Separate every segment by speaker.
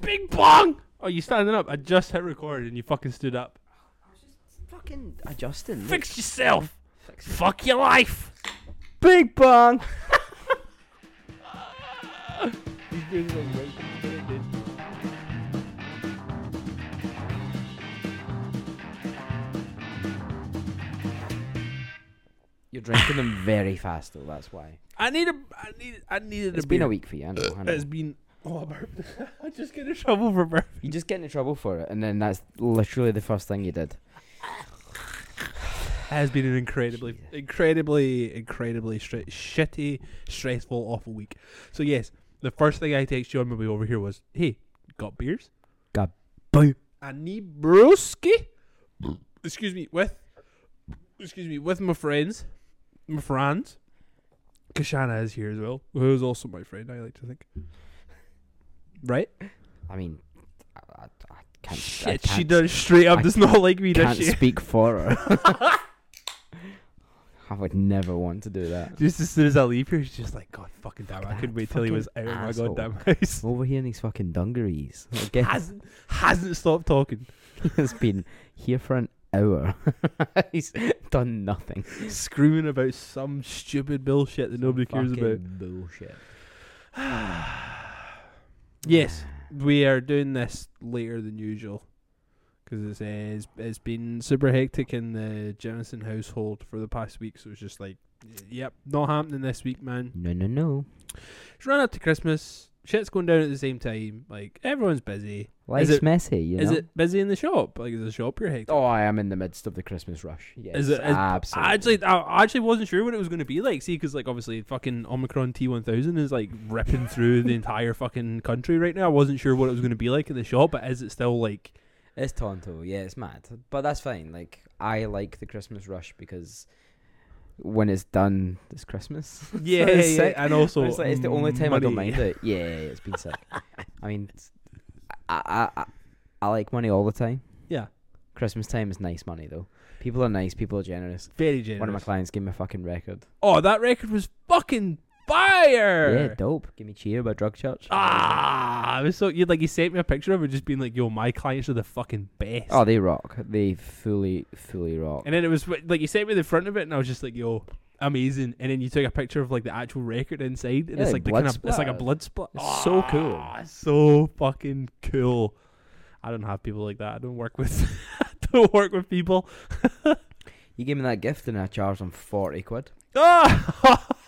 Speaker 1: Bing bong! Oh, you standing up? I just hit record and you fucking stood up.
Speaker 2: Fucking adjusting. look.
Speaker 1: Fix yourself. Fuck your life.
Speaker 2: Big bang. You're drinking them very fast though. That's why.
Speaker 1: I need a. I need. I needed
Speaker 2: It's
Speaker 1: a
Speaker 2: been
Speaker 1: beer.
Speaker 2: a week for you. I know. I know.
Speaker 1: It's been. Oh, I burped. I just get in trouble for burping.
Speaker 2: You just get into trouble for it, and then that's literally the first thing you did.
Speaker 1: has been an incredibly, incredibly, incredibly stra- shitty, stressful, awful week. So yes, the first thing I texted you on my way over here was, "Hey, got beers?
Speaker 2: Got beer.
Speaker 1: I need brewski. excuse me, with, excuse me, with my friends, my friends. Kashana is here as well, who's also my friend. I like to think. Right?
Speaker 2: I mean, I, I, I can't. I
Speaker 1: Shit,
Speaker 2: can't,
Speaker 1: she does straight up
Speaker 2: I
Speaker 1: does not like me, does
Speaker 2: Can't
Speaker 1: she?
Speaker 2: speak for her. I would never want to do that.
Speaker 1: Just as soon as I leave here, she's just like, God fucking damn, I
Speaker 2: that
Speaker 1: couldn't wait till he
Speaker 2: fucking
Speaker 1: was out of my
Speaker 2: asshole.
Speaker 1: goddamn house.
Speaker 2: Over here in these fucking dungarees. I guess
Speaker 1: hasn't hasn't stopped talking.
Speaker 2: he's been here for an hour. he's done nothing.
Speaker 1: Screaming about some stupid bullshit that nobody cares about.
Speaker 2: Bullshit.
Speaker 1: Yes, we are doing this later than usual because it's, uh, it's it's been super hectic in the Jemison household for the past week. So it's just like, yep, not happening this week, man.
Speaker 2: No, no, no.
Speaker 1: It's run up to Christmas. Shit's going down at the same time. Like everyone's busy.
Speaker 2: Life's
Speaker 1: it-
Speaker 2: messy. You
Speaker 1: is
Speaker 2: know?
Speaker 1: it busy in the shop? Like is the shop you're hectic?
Speaker 2: Oh, I am in the midst of the Christmas rush. Yes,
Speaker 1: Is it- is-
Speaker 2: absolutely.
Speaker 1: I actually, I- I actually wasn't sure what it was going to be like. See, because like obviously, fucking Omicron T one thousand is like ripping through the entire fucking country right now. I wasn't sure what it was going to be like in the shop, but is it still like?
Speaker 2: It's Tonto, yeah, it's mad, but that's fine. Like I like the Christmas rush because when it's done, it's Christmas.
Speaker 1: Yeah,
Speaker 2: It's
Speaker 1: yeah,
Speaker 2: sick.
Speaker 1: and also
Speaker 2: it's, like, it's the only time I don't
Speaker 1: money.
Speaker 2: mind it. Yeah, yeah, yeah, it's been sick. I mean, it's- I, I I I like money all the time.
Speaker 1: Yeah,
Speaker 2: Christmas time is nice money though. People are nice. People are generous.
Speaker 1: very generous.
Speaker 2: One of my clients gave me a fucking record.
Speaker 1: oh, that record was fucking fire.
Speaker 2: Yeah, dope. Give me cheer by Drug Church.
Speaker 1: Ah, I was so you like he sent me a picture of it, just being like, "Yo, my clients are the fucking best."
Speaker 2: Oh, they rock. They fully, fully rock.
Speaker 1: And then it was like you sent me the front of it, and I was just like, "Yo, amazing!" And then you took a picture of like the actual record inside, and
Speaker 2: Yeah,
Speaker 1: it's
Speaker 2: like
Speaker 1: like the
Speaker 2: blood
Speaker 1: kind of it's like a
Speaker 2: splat.
Speaker 1: blood splat.
Speaker 2: It's so cool.
Speaker 1: Ah, so fucking cool. I don't have people like that. I don't work with, I don't work with people.
Speaker 2: You gave me that gift and I charged them forty quid.
Speaker 1: Ah!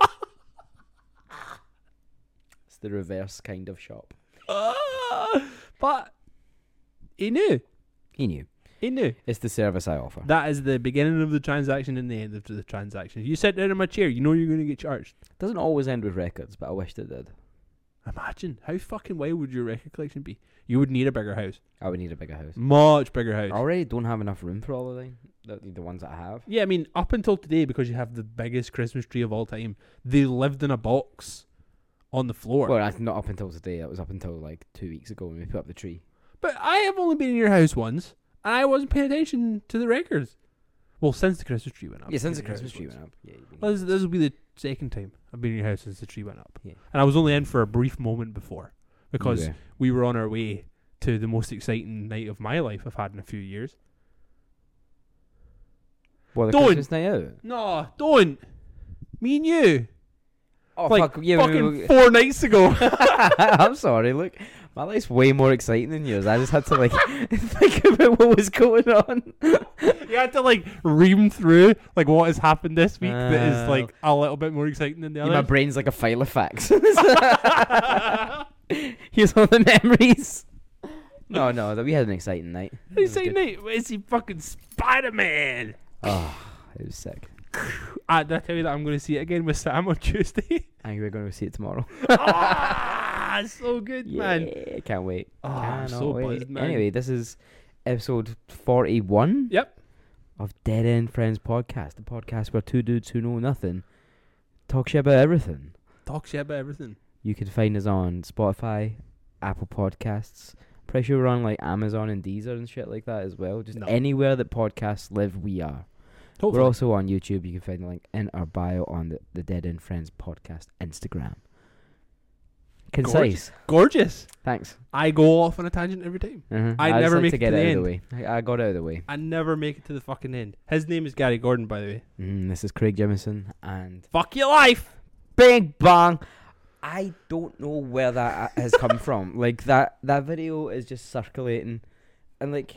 Speaker 2: It's the reverse kind of shop.
Speaker 1: Ah! but he knew,
Speaker 2: He knew.
Speaker 1: he knew.
Speaker 2: It's the service I offer.
Speaker 1: That is the beginning of the transaction and the end of the transaction. You sit down in my chair, you know you're going to get charged.
Speaker 2: Doesn't always end with records, but I wished it did.
Speaker 1: Imagine how fucking wild would your record collection be? You would need a bigger house,
Speaker 2: I would need a bigger house.
Speaker 1: much bigger
Speaker 2: I
Speaker 1: house.
Speaker 2: already don't have enough room for all of them. The, the ones that I have.
Speaker 1: Yeah, I mean, up until today, because you have the biggest Christmas tree of all time, they lived in a box on the floor.
Speaker 2: Well, that's not up until today. That was up until like two weeks ago when we put up the tree.
Speaker 1: But I have only been in your house once, and I wasn't paying attention to the records. Well, since the Christmas tree went up.
Speaker 2: yeah, since the
Speaker 1: I've been in your
Speaker 2: Christmas
Speaker 1: house
Speaker 2: tree
Speaker 1: once.
Speaker 2: went up. Yeah, you
Speaker 1: Well, this, this will be the second time I've been in your house since the tree went up.
Speaker 2: Yeah.
Speaker 1: And I was only in for a brief moment before, because
Speaker 2: Yeah.
Speaker 1: we were on our way to the most exciting night of my life I've had in a few years.
Speaker 2: Well, the
Speaker 1: Don't-
Speaker 2: Christmas night out.
Speaker 1: No, don't. Me and you.
Speaker 2: Oh
Speaker 1: like,
Speaker 2: fuck! Yeah, we-
Speaker 1: fucking
Speaker 2: we-
Speaker 1: four nights ago.
Speaker 2: I'm sorry. Look, my life's way more exciting than yours. I just had to like think about what was going on.
Speaker 1: You had to like ream through like what has happened this week that
Speaker 2: Oh.
Speaker 1: is like a little bit more exciting than the
Speaker 2: my
Speaker 1: other.
Speaker 2: brain's like a file of facts. Here's all the memories. No, no, that we had an exciting night.
Speaker 1: They say, Nate, where's he fucking Spider Man?
Speaker 2: Oh, it was sick.
Speaker 1: Ah, did I tell you that I'm going to see it again with Sam on Tuesday?
Speaker 2: And we're going to see it tomorrow.
Speaker 1: ah, so good, man.
Speaker 2: Yeah, can't wait.
Speaker 1: Oh, I'm
Speaker 2: Cannot
Speaker 1: so
Speaker 2: wait.
Speaker 1: buzzed, man.
Speaker 2: Anyway, this is episode 41
Speaker 1: Yep.
Speaker 2: of Dead End Friends Podcast, the podcast where two dudes who know nothing talk shit about everything.
Speaker 1: Talk shit about everything.
Speaker 2: You can find us on Spotify, Apple Podcasts. Pretty sure we're on like Amazon and Deezer and shit like that as well. Just
Speaker 1: No.
Speaker 2: anywhere that podcasts live, we are.
Speaker 1: Hopefully.
Speaker 2: We're also on YouTube. You can find the link in our bio on the, the Dead End Friends podcast Instagram. Concise.
Speaker 1: Gorgeous.
Speaker 2: Thanks.
Speaker 1: I go off on a tangent every time.
Speaker 2: Uh-huh.
Speaker 1: I
Speaker 2: just
Speaker 1: never
Speaker 2: like
Speaker 1: make
Speaker 2: to
Speaker 1: it
Speaker 2: get
Speaker 1: to
Speaker 2: it
Speaker 1: the
Speaker 2: out of the way. I, I got out of the way.
Speaker 1: I never make it to the fucking end. His name is Gary Gordon, by the way.
Speaker 2: Mm, this is Craig Jemison and
Speaker 1: Fuck your life.
Speaker 2: Big Bang. I don't know where that has come from. Like that that video is just circulating, and like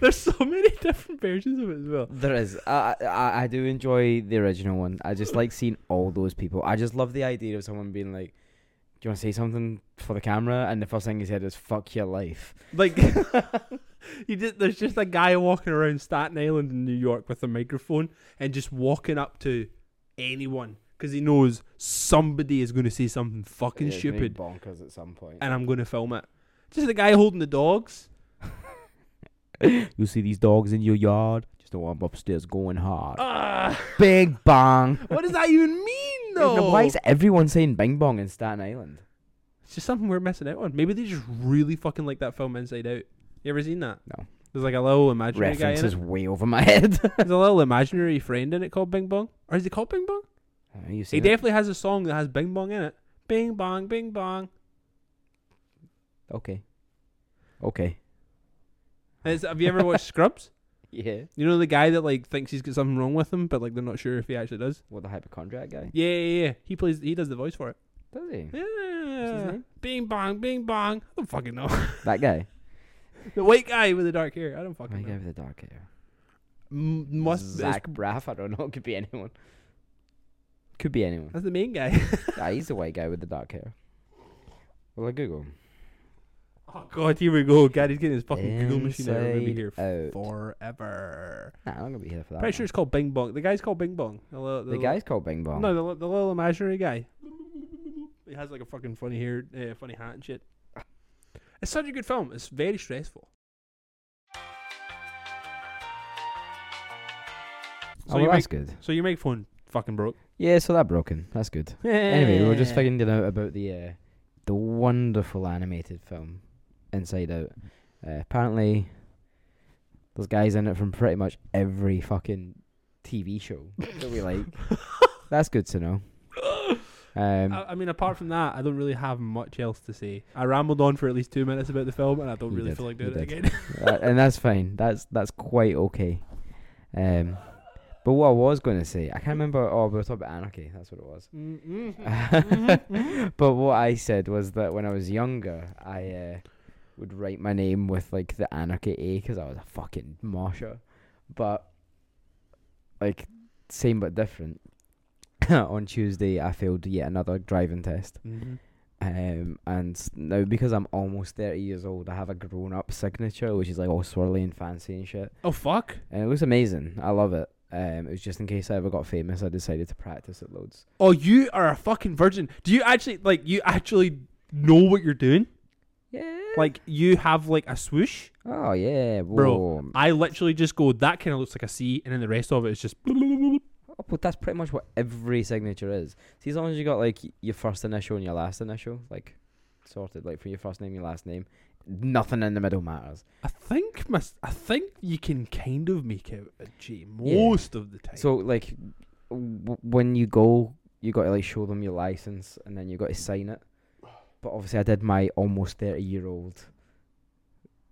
Speaker 1: There's so many different versions of it as well.
Speaker 2: There is. I, I I do enjoy the original one. I just like seeing all those people. I just love the idea of someone being like, "Do you want to say something for the camera?" And the first thing he said is "fuck your life."
Speaker 1: Like you did there's just a guy walking around Staten Island in New York with a microphone and just walking up to anyone because he knows somebody is going to say something fucking stupid
Speaker 2: bonkers at some point.
Speaker 1: and I'm going to film it. Just the guy holding the dogs.
Speaker 2: you see these dogs in your yard. Just don't want them upstairs going hard.
Speaker 1: Ah,
Speaker 2: Big bang.
Speaker 1: what does that even mean though?
Speaker 2: Why is everyone saying "bing bong" in Staten Island?
Speaker 1: It's just something we're missing out on. Maybe they just really fucking like that film Inside Out. You ever seen that?
Speaker 2: No.
Speaker 1: There's like a little imaginary guy in
Speaker 2: References
Speaker 1: it.
Speaker 2: way over my head.
Speaker 1: There's a little imaginary friend in it called Bing Bong. Or is it called Bing Bong?
Speaker 2: you
Speaker 1: He
Speaker 2: see?
Speaker 1: definitely has a song that has Bing Bong in it. Bing Bong, Bing Bong.
Speaker 2: Okay. Okay.
Speaker 1: And it's- have you ever watched Scrubs?
Speaker 2: Yeah.
Speaker 1: You know the guy that like thinks he's got something wrong with him, but like they're not sure if he actually does.
Speaker 2: What the hypochondriac guy?
Speaker 1: Yeah, yeah, yeah. He plays. He does the voice for it.
Speaker 2: Does he?
Speaker 1: Yeah.
Speaker 2: name?
Speaker 1: Bing Bong, Bing Bong. I don't fucking know.
Speaker 2: That guy.
Speaker 1: the white guy with the dark hair. I don't
Speaker 2: That guy
Speaker 1: fucking know.
Speaker 2: with the dark hair.
Speaker 1: M- must
Speaker 2: Zach Braff. I don't know. It could be anyone. Could be anyone.
Speaker 1: that's the main guy.
Speaker 2: ah, he's the white guy with the dark hair. Well, I Google. him.
Speaker 1: Oh god, here we go. God, he's getting his fucking Google machine out. We're gonna be
Speaker 2: Inside
Speaker 1: here
Speaker 2: Out.
Speaker 1: forever.
Speaker 2: Nah, I'm gonna be here for that.
Speaker 1: Pretty
Speaker 2: one.
Speaker 1: sure it's called Bing Bong. The guy's called Bing Bong. The, li-
Speaker 2: the
Speaker 1: the li-
Speaker 2: guy's called Bing Bong. Oh,
Speaker 1: No, the, li- the little imaginary guy. He has like a fucking funny hair, uh, funny hat and shit. It's such a good film. It's very stressful.
Speaker 2: oh,
Speaker 1: So
Speaker 2: well,
Speaker 1: you make
Speaker 2: that's good.
Speaker 1: so your microphone fucking broke.
Speaker 2: Yeah, so that broken. That's good. Anyway, we were just figuring it out about the uh, the wonderful animated film Inside Out. Uh, apparently, there's guys in it from pretty much every fucking TV show that we like. That's good to know. Um,
Speaker 1: I, I mean, apart from that, I don't really have much else to say. I rambled on for at least two minutes about the film, and I don't
Speaker 2: You
Speaker 1: really
Speaker 2: did,
Speaker 1: feel like
Speaker 2: you
Speaker 1: doing it
Speaker 2: did.
Speaker 1: again.
Speaker 2: Uh, and that's fine. That's that's quite okay. Um, but what I was going to say, I can't remember. Oh, we were talking about anarchy. That's what it was.
Speaker 1: Mm-hmm,
Speaker 2: but what I said was that when I was younger, I uh, would write my name with like the anarchy A because I was a fucking mosher. But like same but different. On Tuesday, I failed yet another driving test.
Speaker 1: mm-hmm.
Speaker 2: Um, and s- now because I'm almost 30 years old, I have a grown up signature, which is like all swirly and fancy and shit.
Speaker 1: Oh fuck!
Speaker 2: And it looks amazing. I love it. Um, it was just in case I ever got famous, I decided to practice it loads.
Speaker 1: Oh, you are a fucking virgin. Do you actually like? You actually know what you're doing?
Speaker 2: Yeah.
Speaker 1: Like you have like a swoosh.
Speaker 2: Oh yeah,
Speaker 1: Bro,
Speaker 2: whoa.
Speaker 1: I literally just go that kind of looks like a C, and then the rest of it is just.
Speaker 2: Oh, but that's pretty much what every signature is. See, as long as you got like y- your first initial and your last initial, like sorted, like for your first name, your last name, nothing in the middle matters.
Speaker 1: I think my, I think you can kind of make out a G
Speaker 2: Yeah.
Speaker 1: most of the time.
Speaker 2: So like, w- when you go, you got to like show them your license, and then you got to sign it. But obviously, I did my almost thirty year old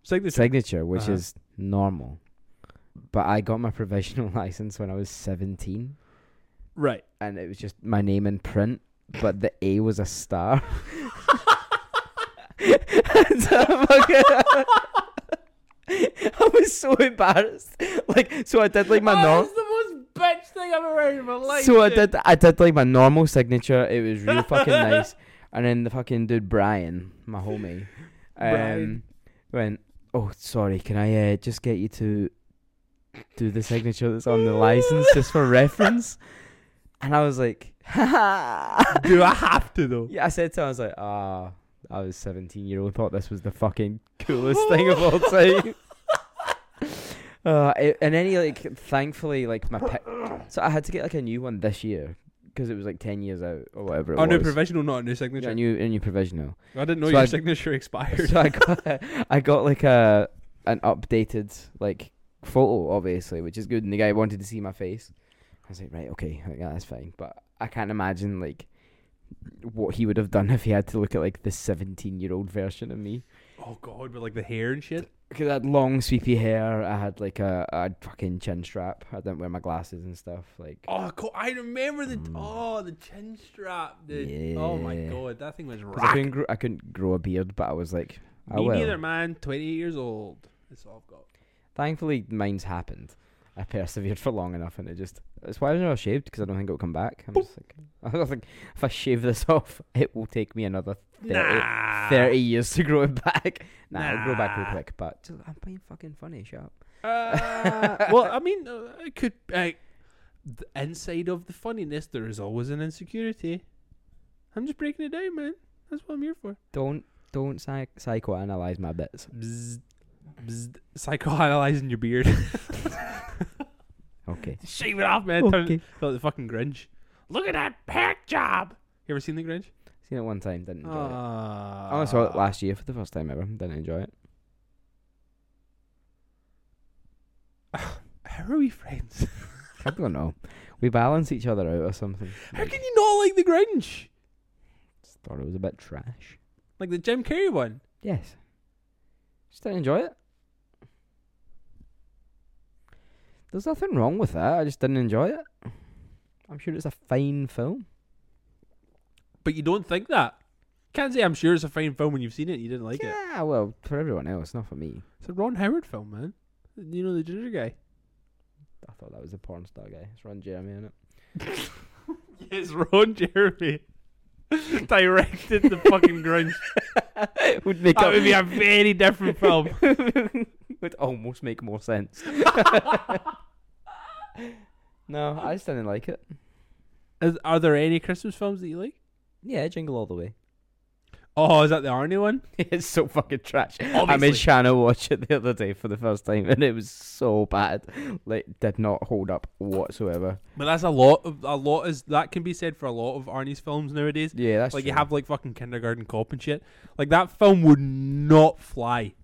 Speaker 1: signature.
Speaker 2: signature, which
Speaker 1: Uh-huh.
Speaker 2: is normal. But I got my provisional license when I was seventeen,
Speaker 1: right.
Speaker 2: and it was just my name in print, but the A was a star. I was so embarrassed. Like, so I did like my normal.
Speaker 1: Oh, the most bitch thing I've ever heard in my life.
Speaker 2: So I did. I did like my normal signature. It was real fucking nice. And then the fucking dude Brian, my homie, um,
Speaker 1: Brian.
Speaker 2: went. Oh, sorry. Can I uh, just get you to do the signature that's on the license just for reference? And I was like,
Speaker 1: Do I have to though?
Speaker 2: Yeah, I said to him, I was like, ah, I was 17 year old, thought this was the fucking coolest thing of all time. Uh, a- and any like, thankfully, like my pic- so I had to get like a new one this year because it was like 10 years out or whatever it
Speaker 1: Oh,
Speaker 2: was.
Speaker 1: no, provisional, not a new
Speaker 2: yeah,
Speaker 1: signature.
Speaker 2: a new, a new provisional.
Speaker 1: I didn't know
Speaker 2: So
Speaker 1: your
Speaker 2: I-
Speaker 1: signature expired.
Speaker 2: so I got, I got like a an updated like photo, obviously, which is good. And the guy wanted to see my face. I was like, right, okay, like, yeah, that's fine. But I can't imagine like what he would have done if he had to look at like the 17 year old version of me.
Speaker 1: Oh god, with like the hair and shit.
Speaker 2: Because I had long sweepy hair, I had like a, a fucking chin strap. I didn't wear my glasses and stuff. Like
Speaker 1: Oh, co- I remember the oh the chin strap, dude. Oh my
Speaker 2: Mm. Yeah.
Speaker 1: god, that thing was
Speaker 2: 'cause I
Speaker 1: rock.
Speaker 2: couldn't grow, I couldn't grow a beard, but I was like, "Oh, I
Speaker 1: Me
Speaker 2: will.
Speaker 1: neither, man. Twenty eight years old. That's all I've got.
Speaker 2: Thankfully, mine's happened. I persevered for long enough, and it just. It's why I never shaved because I don't think it'll come back. I'm just like, I don't think if I shave this off, it will take me another 30,
Speaker 1: Nah.
Speaker 2: 30 years to grow it back. Nah, it'll grow back real
Speaker 1: Ah. Nah.
Speaker 2: quick. But just- I'm being fucking funny, shut up.
Speaker 1: Uh, well, I mean, uh, it could. Uh, the inside of the funniness, there is always an insecurity. I'm just breaking it down, man. That's what I'm here for.
Speaker 2: Don't don't psych- psychoanalyze my bits.
Speaker 1: Bzz, bzz, psychoanalyzing your beard.
Speaker 2: Okay.
Speaker 1: Shave it off, man. Turn it like the fucking Grinch. Look at that pack job. You ever seen the Grinch?
Speaker 2: Seen it one time, didn't enjoy it. Oh,
Speaker 1: Uh,
Speaker 2: I only saw it last year for the first time ever. Didn't enjoy it.
Speaker 1: How are we friends?
Speaker 2: I don't know. We balance each other out or something.
Speaker 1: How can you not like the Grinch?
Speaker 2: Just thought it was a bit trash.
Speaker 1: Like the Jim Carrey one.
Speaker 2: Yes. Just didn't enjoy it. There's nothing wrong with that. I just didn't enjoy it. I'm sure it's a fine film.
Speaker 1: But you don't think that. Can't say I'm sure it's a fine film when you've seen it and you didn't like it.
Speaker 2: yeah, well, for everyone else, not for me.
Speaker 1: It's a Ron Howard film, man. You know the ginger guy.
Speaker 2: I thought that was a porn star guy. It's Ron Jeremy, is it?
Speaker 1: It's Ron Jeremy. Directed the fucking Grinch.
Speaker 2: would make
Speaker 1: That
Speaker 2: up,
Speaker 1: would be a very different film.
Speaker 2: would almost make more sense. no, I just didn't like it.
Speaker 1: Is, are there any Christmas films that you like?
Speaker 2: Yeah, Jingle All the Way.
Speaker 1: Oh, is that the Arnie one?
Speaker 2: it's so fucking trash. I
Speaker 1: Obviously.
Speaker 2: made Shanna watch it the other day for the first time, and it was so bad. Like, did not hold up whatsoever.
Speaker 1: But that's a lot. Of, a lot is that can be said for a lot of Arnie's films nowadays.
Speaker 2: Yeah, that's
Speaker 1: like you
Speaker 2: true.
Speaker 1: have like fucking Kindergarten Cop and shit. Like that film would not fly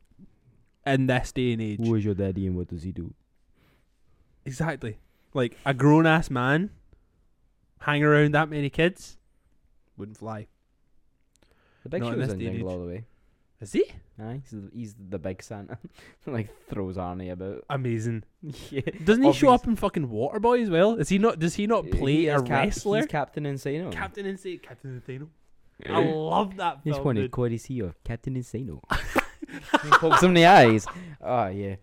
Speaker 1: in this day and age.
Speaker 2: Who is your daddy and what does he do?
Speaker 1: Exactly. Like a grown ass man hang around that many kids wouldn't fly.
Speaker 2: The big
Speaker 1: No,
Speaker 2: no,
Speaker 1: in
Speaker 2: was
Speaker 1: this
Speaker 2: in
Speaker 1: day and
Speaker 2: Jingle
Speaker 1: age.
Speaker 2: All the Way.
Speaker 1: Is he?
Speaker 2: Aye, he's the, he's the big Santa. like throws Arnie about.
Speaker 1: Amazing.
Speaker 2: Yeah.
Speaker 1: Doesn't he show
Speaker 2: Obvious-
Speaker 1: up in fucking Waterboy as well? Is he not? Does he not play
Speaker 2: He
Speaker 1: a
Speaker 2: is cap-
Speaker 1: wrestler?
Speaker 2: He's Captain Insano.
Speaker 1: Captain Insano. Captain Insano. I love that
Speaker 2: This
Speaker 1: film.
Speaker 2: one is
Speaker 1: dude.
Speaker 2: quite easy of Captain Insano. he pokes him in the eyes. Oh, yeah.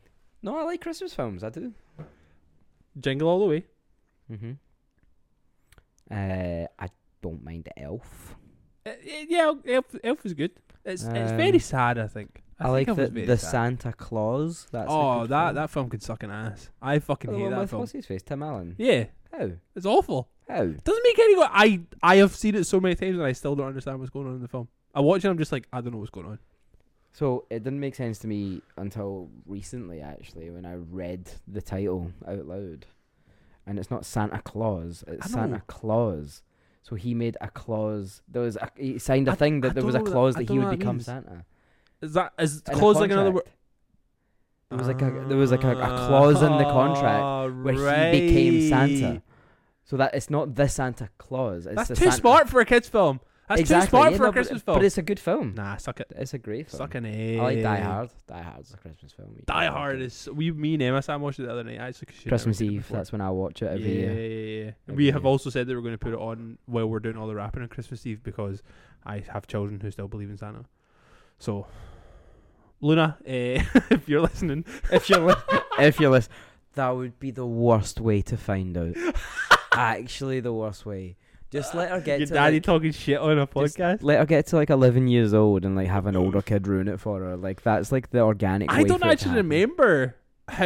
Speaker 2: No, I like Christmas films. I do.
Speaker 1: Jingle all the way.
Speaker 2: Mm-hmm. Uh, I don't mind Elf.
Speaker 1: Uh, yeah, Elf, Elf is good. It's it's very
Speaker 2: Um,
Speaker 1: sad. I think.
Speaker 2: I,
Speaker 1: think
Speaker 2: like
Speaker 1: Elf
Speaker 2: the,
Speaker 1: is very
Speaker 2: the
Speaker 1: sad.
Speaker 2: Santa Claus. That's a
Speaker 1: oh,
Speaker 2: good
Speaker 1: that
Speaker 2: film.
Speaker 1: that film can suck an ass. I fucking
Speaker 2: The
Speaker 1: hate
Speaker 2: one
Speaker 1: that
Speaker 2: with-
Speaker 1: film.
Speaker 2: What's his face? Tim Allen.
Speaker 1: Yeah,
Speaker 2: How?
Speaker 1: it's awful.
Speaker 2: How?
Speaker 1: Doesn't make any. go- I I have seen it so many times and I still don't understand what's going on in the film. I watch it. I'm just like I don't know what's going on.
Speaker 2: So it didn't make sense to me until recently, actually, when I read the title out loud. And it's not Santa Claus, it's
Speaker 1: I
Speaker 2: Santa
Speaker 1: know.
Speaker 2: Claus. So he made a clause. There was a, he signed a
Speaker 1: I-
Speaker 2: thing
Speaker 1: I
Speaker 2: that there was a
Speaker 1: don't know that-
Speaker 2: clause
Speaker 1: I
Speaker 2: that
Speaker 1: don't
Speaker 2: he
Speaker 1: know what
Speaker 2: would
Speaker 1: that
Speaker 2: become
Speaker 1: means.
Speaker 2: Santa.
Speaker 1: Is that is
Speaker 2: In a
Speaker 1: close like another Ah, word?
Speaker 2: contract. There was like a there was like a, a clause in the contract
Speaker 1: Ah,
Speaker 2: where he became Santa.
Speaker 1: right.
Speaker 2: So that it's not the Santa Claus. It's
Speaker 1: That's
Speaker 2: the
Speaker 1: too
Speaker 2: Santa.
Speaker 1: smart for a kids film. That's
Speaker 2: exactly.
Speaker 1: too smart
Speaker 2: yeah,
Speaker 1: for
Speaker 2: no,
Speaker 1: a Christmas
Speaker 2: but,
Speaker 1: film.
Speaker 2: But it's a good film.
Speaker 1: nah, suck it.
Speaker 2: It's a great film.
Speaker 1: Suck an A.
Speaker 2: I like Die Hard. Die Hard's a Christmas film. You
Speaker 1: Die
Speaker 2: can't like
Speaker 1: Hard
Speaker 2: it.
Speaker 1: is we me and Emma Sam watched it the other night. Actually, 'cause she'd never
Speaker 2: Christmas
Speaker 1: seen it
Speaker 2: Eve.
Speaker 1: before.
Speaker 2: That's when I watch it every
Speaker 1: yeah,
Speaker 2: year.
Speaker 1: yeah, yeah.
Speaker 2: Every
Speaker 1: we have
Speaker 2: year.
Speaker 1: also said that we're going to put it on while we're doing all the rapping on Christmas Eve because I have children who still believe in Santa. So, Luna, eh, if you're listening,
Speaker 2: if you're li- if you're listening, that would be the worst way to find out. Actually, the worst way. Just let her get
Speaker 1: your
Speaker 2: to
Speaker 1: daddy
Speaker 2: like,
Speaker 1: talking shit on a
Speaker 2: Just
Speaker 1: podcast.
Speaker 2: let her get to like 11 years old and like have an older kid ruin it for her. Like that's like the organic.
Speaker 1: I
Speaker 2: way
Speaker 1: don't
Speaker 2: for it to
Speaker 1: actually
Speaker 2: happen.
Speaker 1: remember how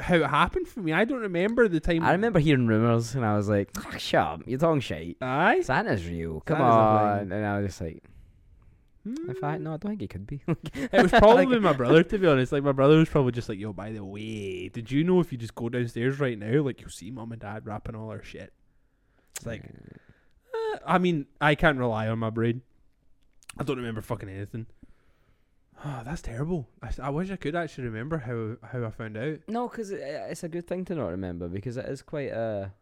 Speaker 1: how it happened for me. I don't remember the time.
Speaker 2: I remember hearing rumors and I was like, "Ah, "Shut up, you're talking shit."
Speaker 1: I.
Speaker 2: Santa's real. Come
Speaker 1: Santa's a
Speaker 2: on.
Speaker 1: thing.
Speaker 2: And I was just like, in fact, no, I don't think it could be.
Speaker 1: Hmm. It was probably my brother, to be honest. Like my brother was probably just like, "Yo, by the way, did you know if you just go downstairs right now, like you'll see mom and dad wrapping all our shit." It's like, Uh, I mean, I can't rely on my brain. I don't remember fucking anything. Ah, that's terrible. I, s- I wish I could actually remember how how I found out.
Speaker 2: uh, No, because it's a good thing to not remember because it is quite a.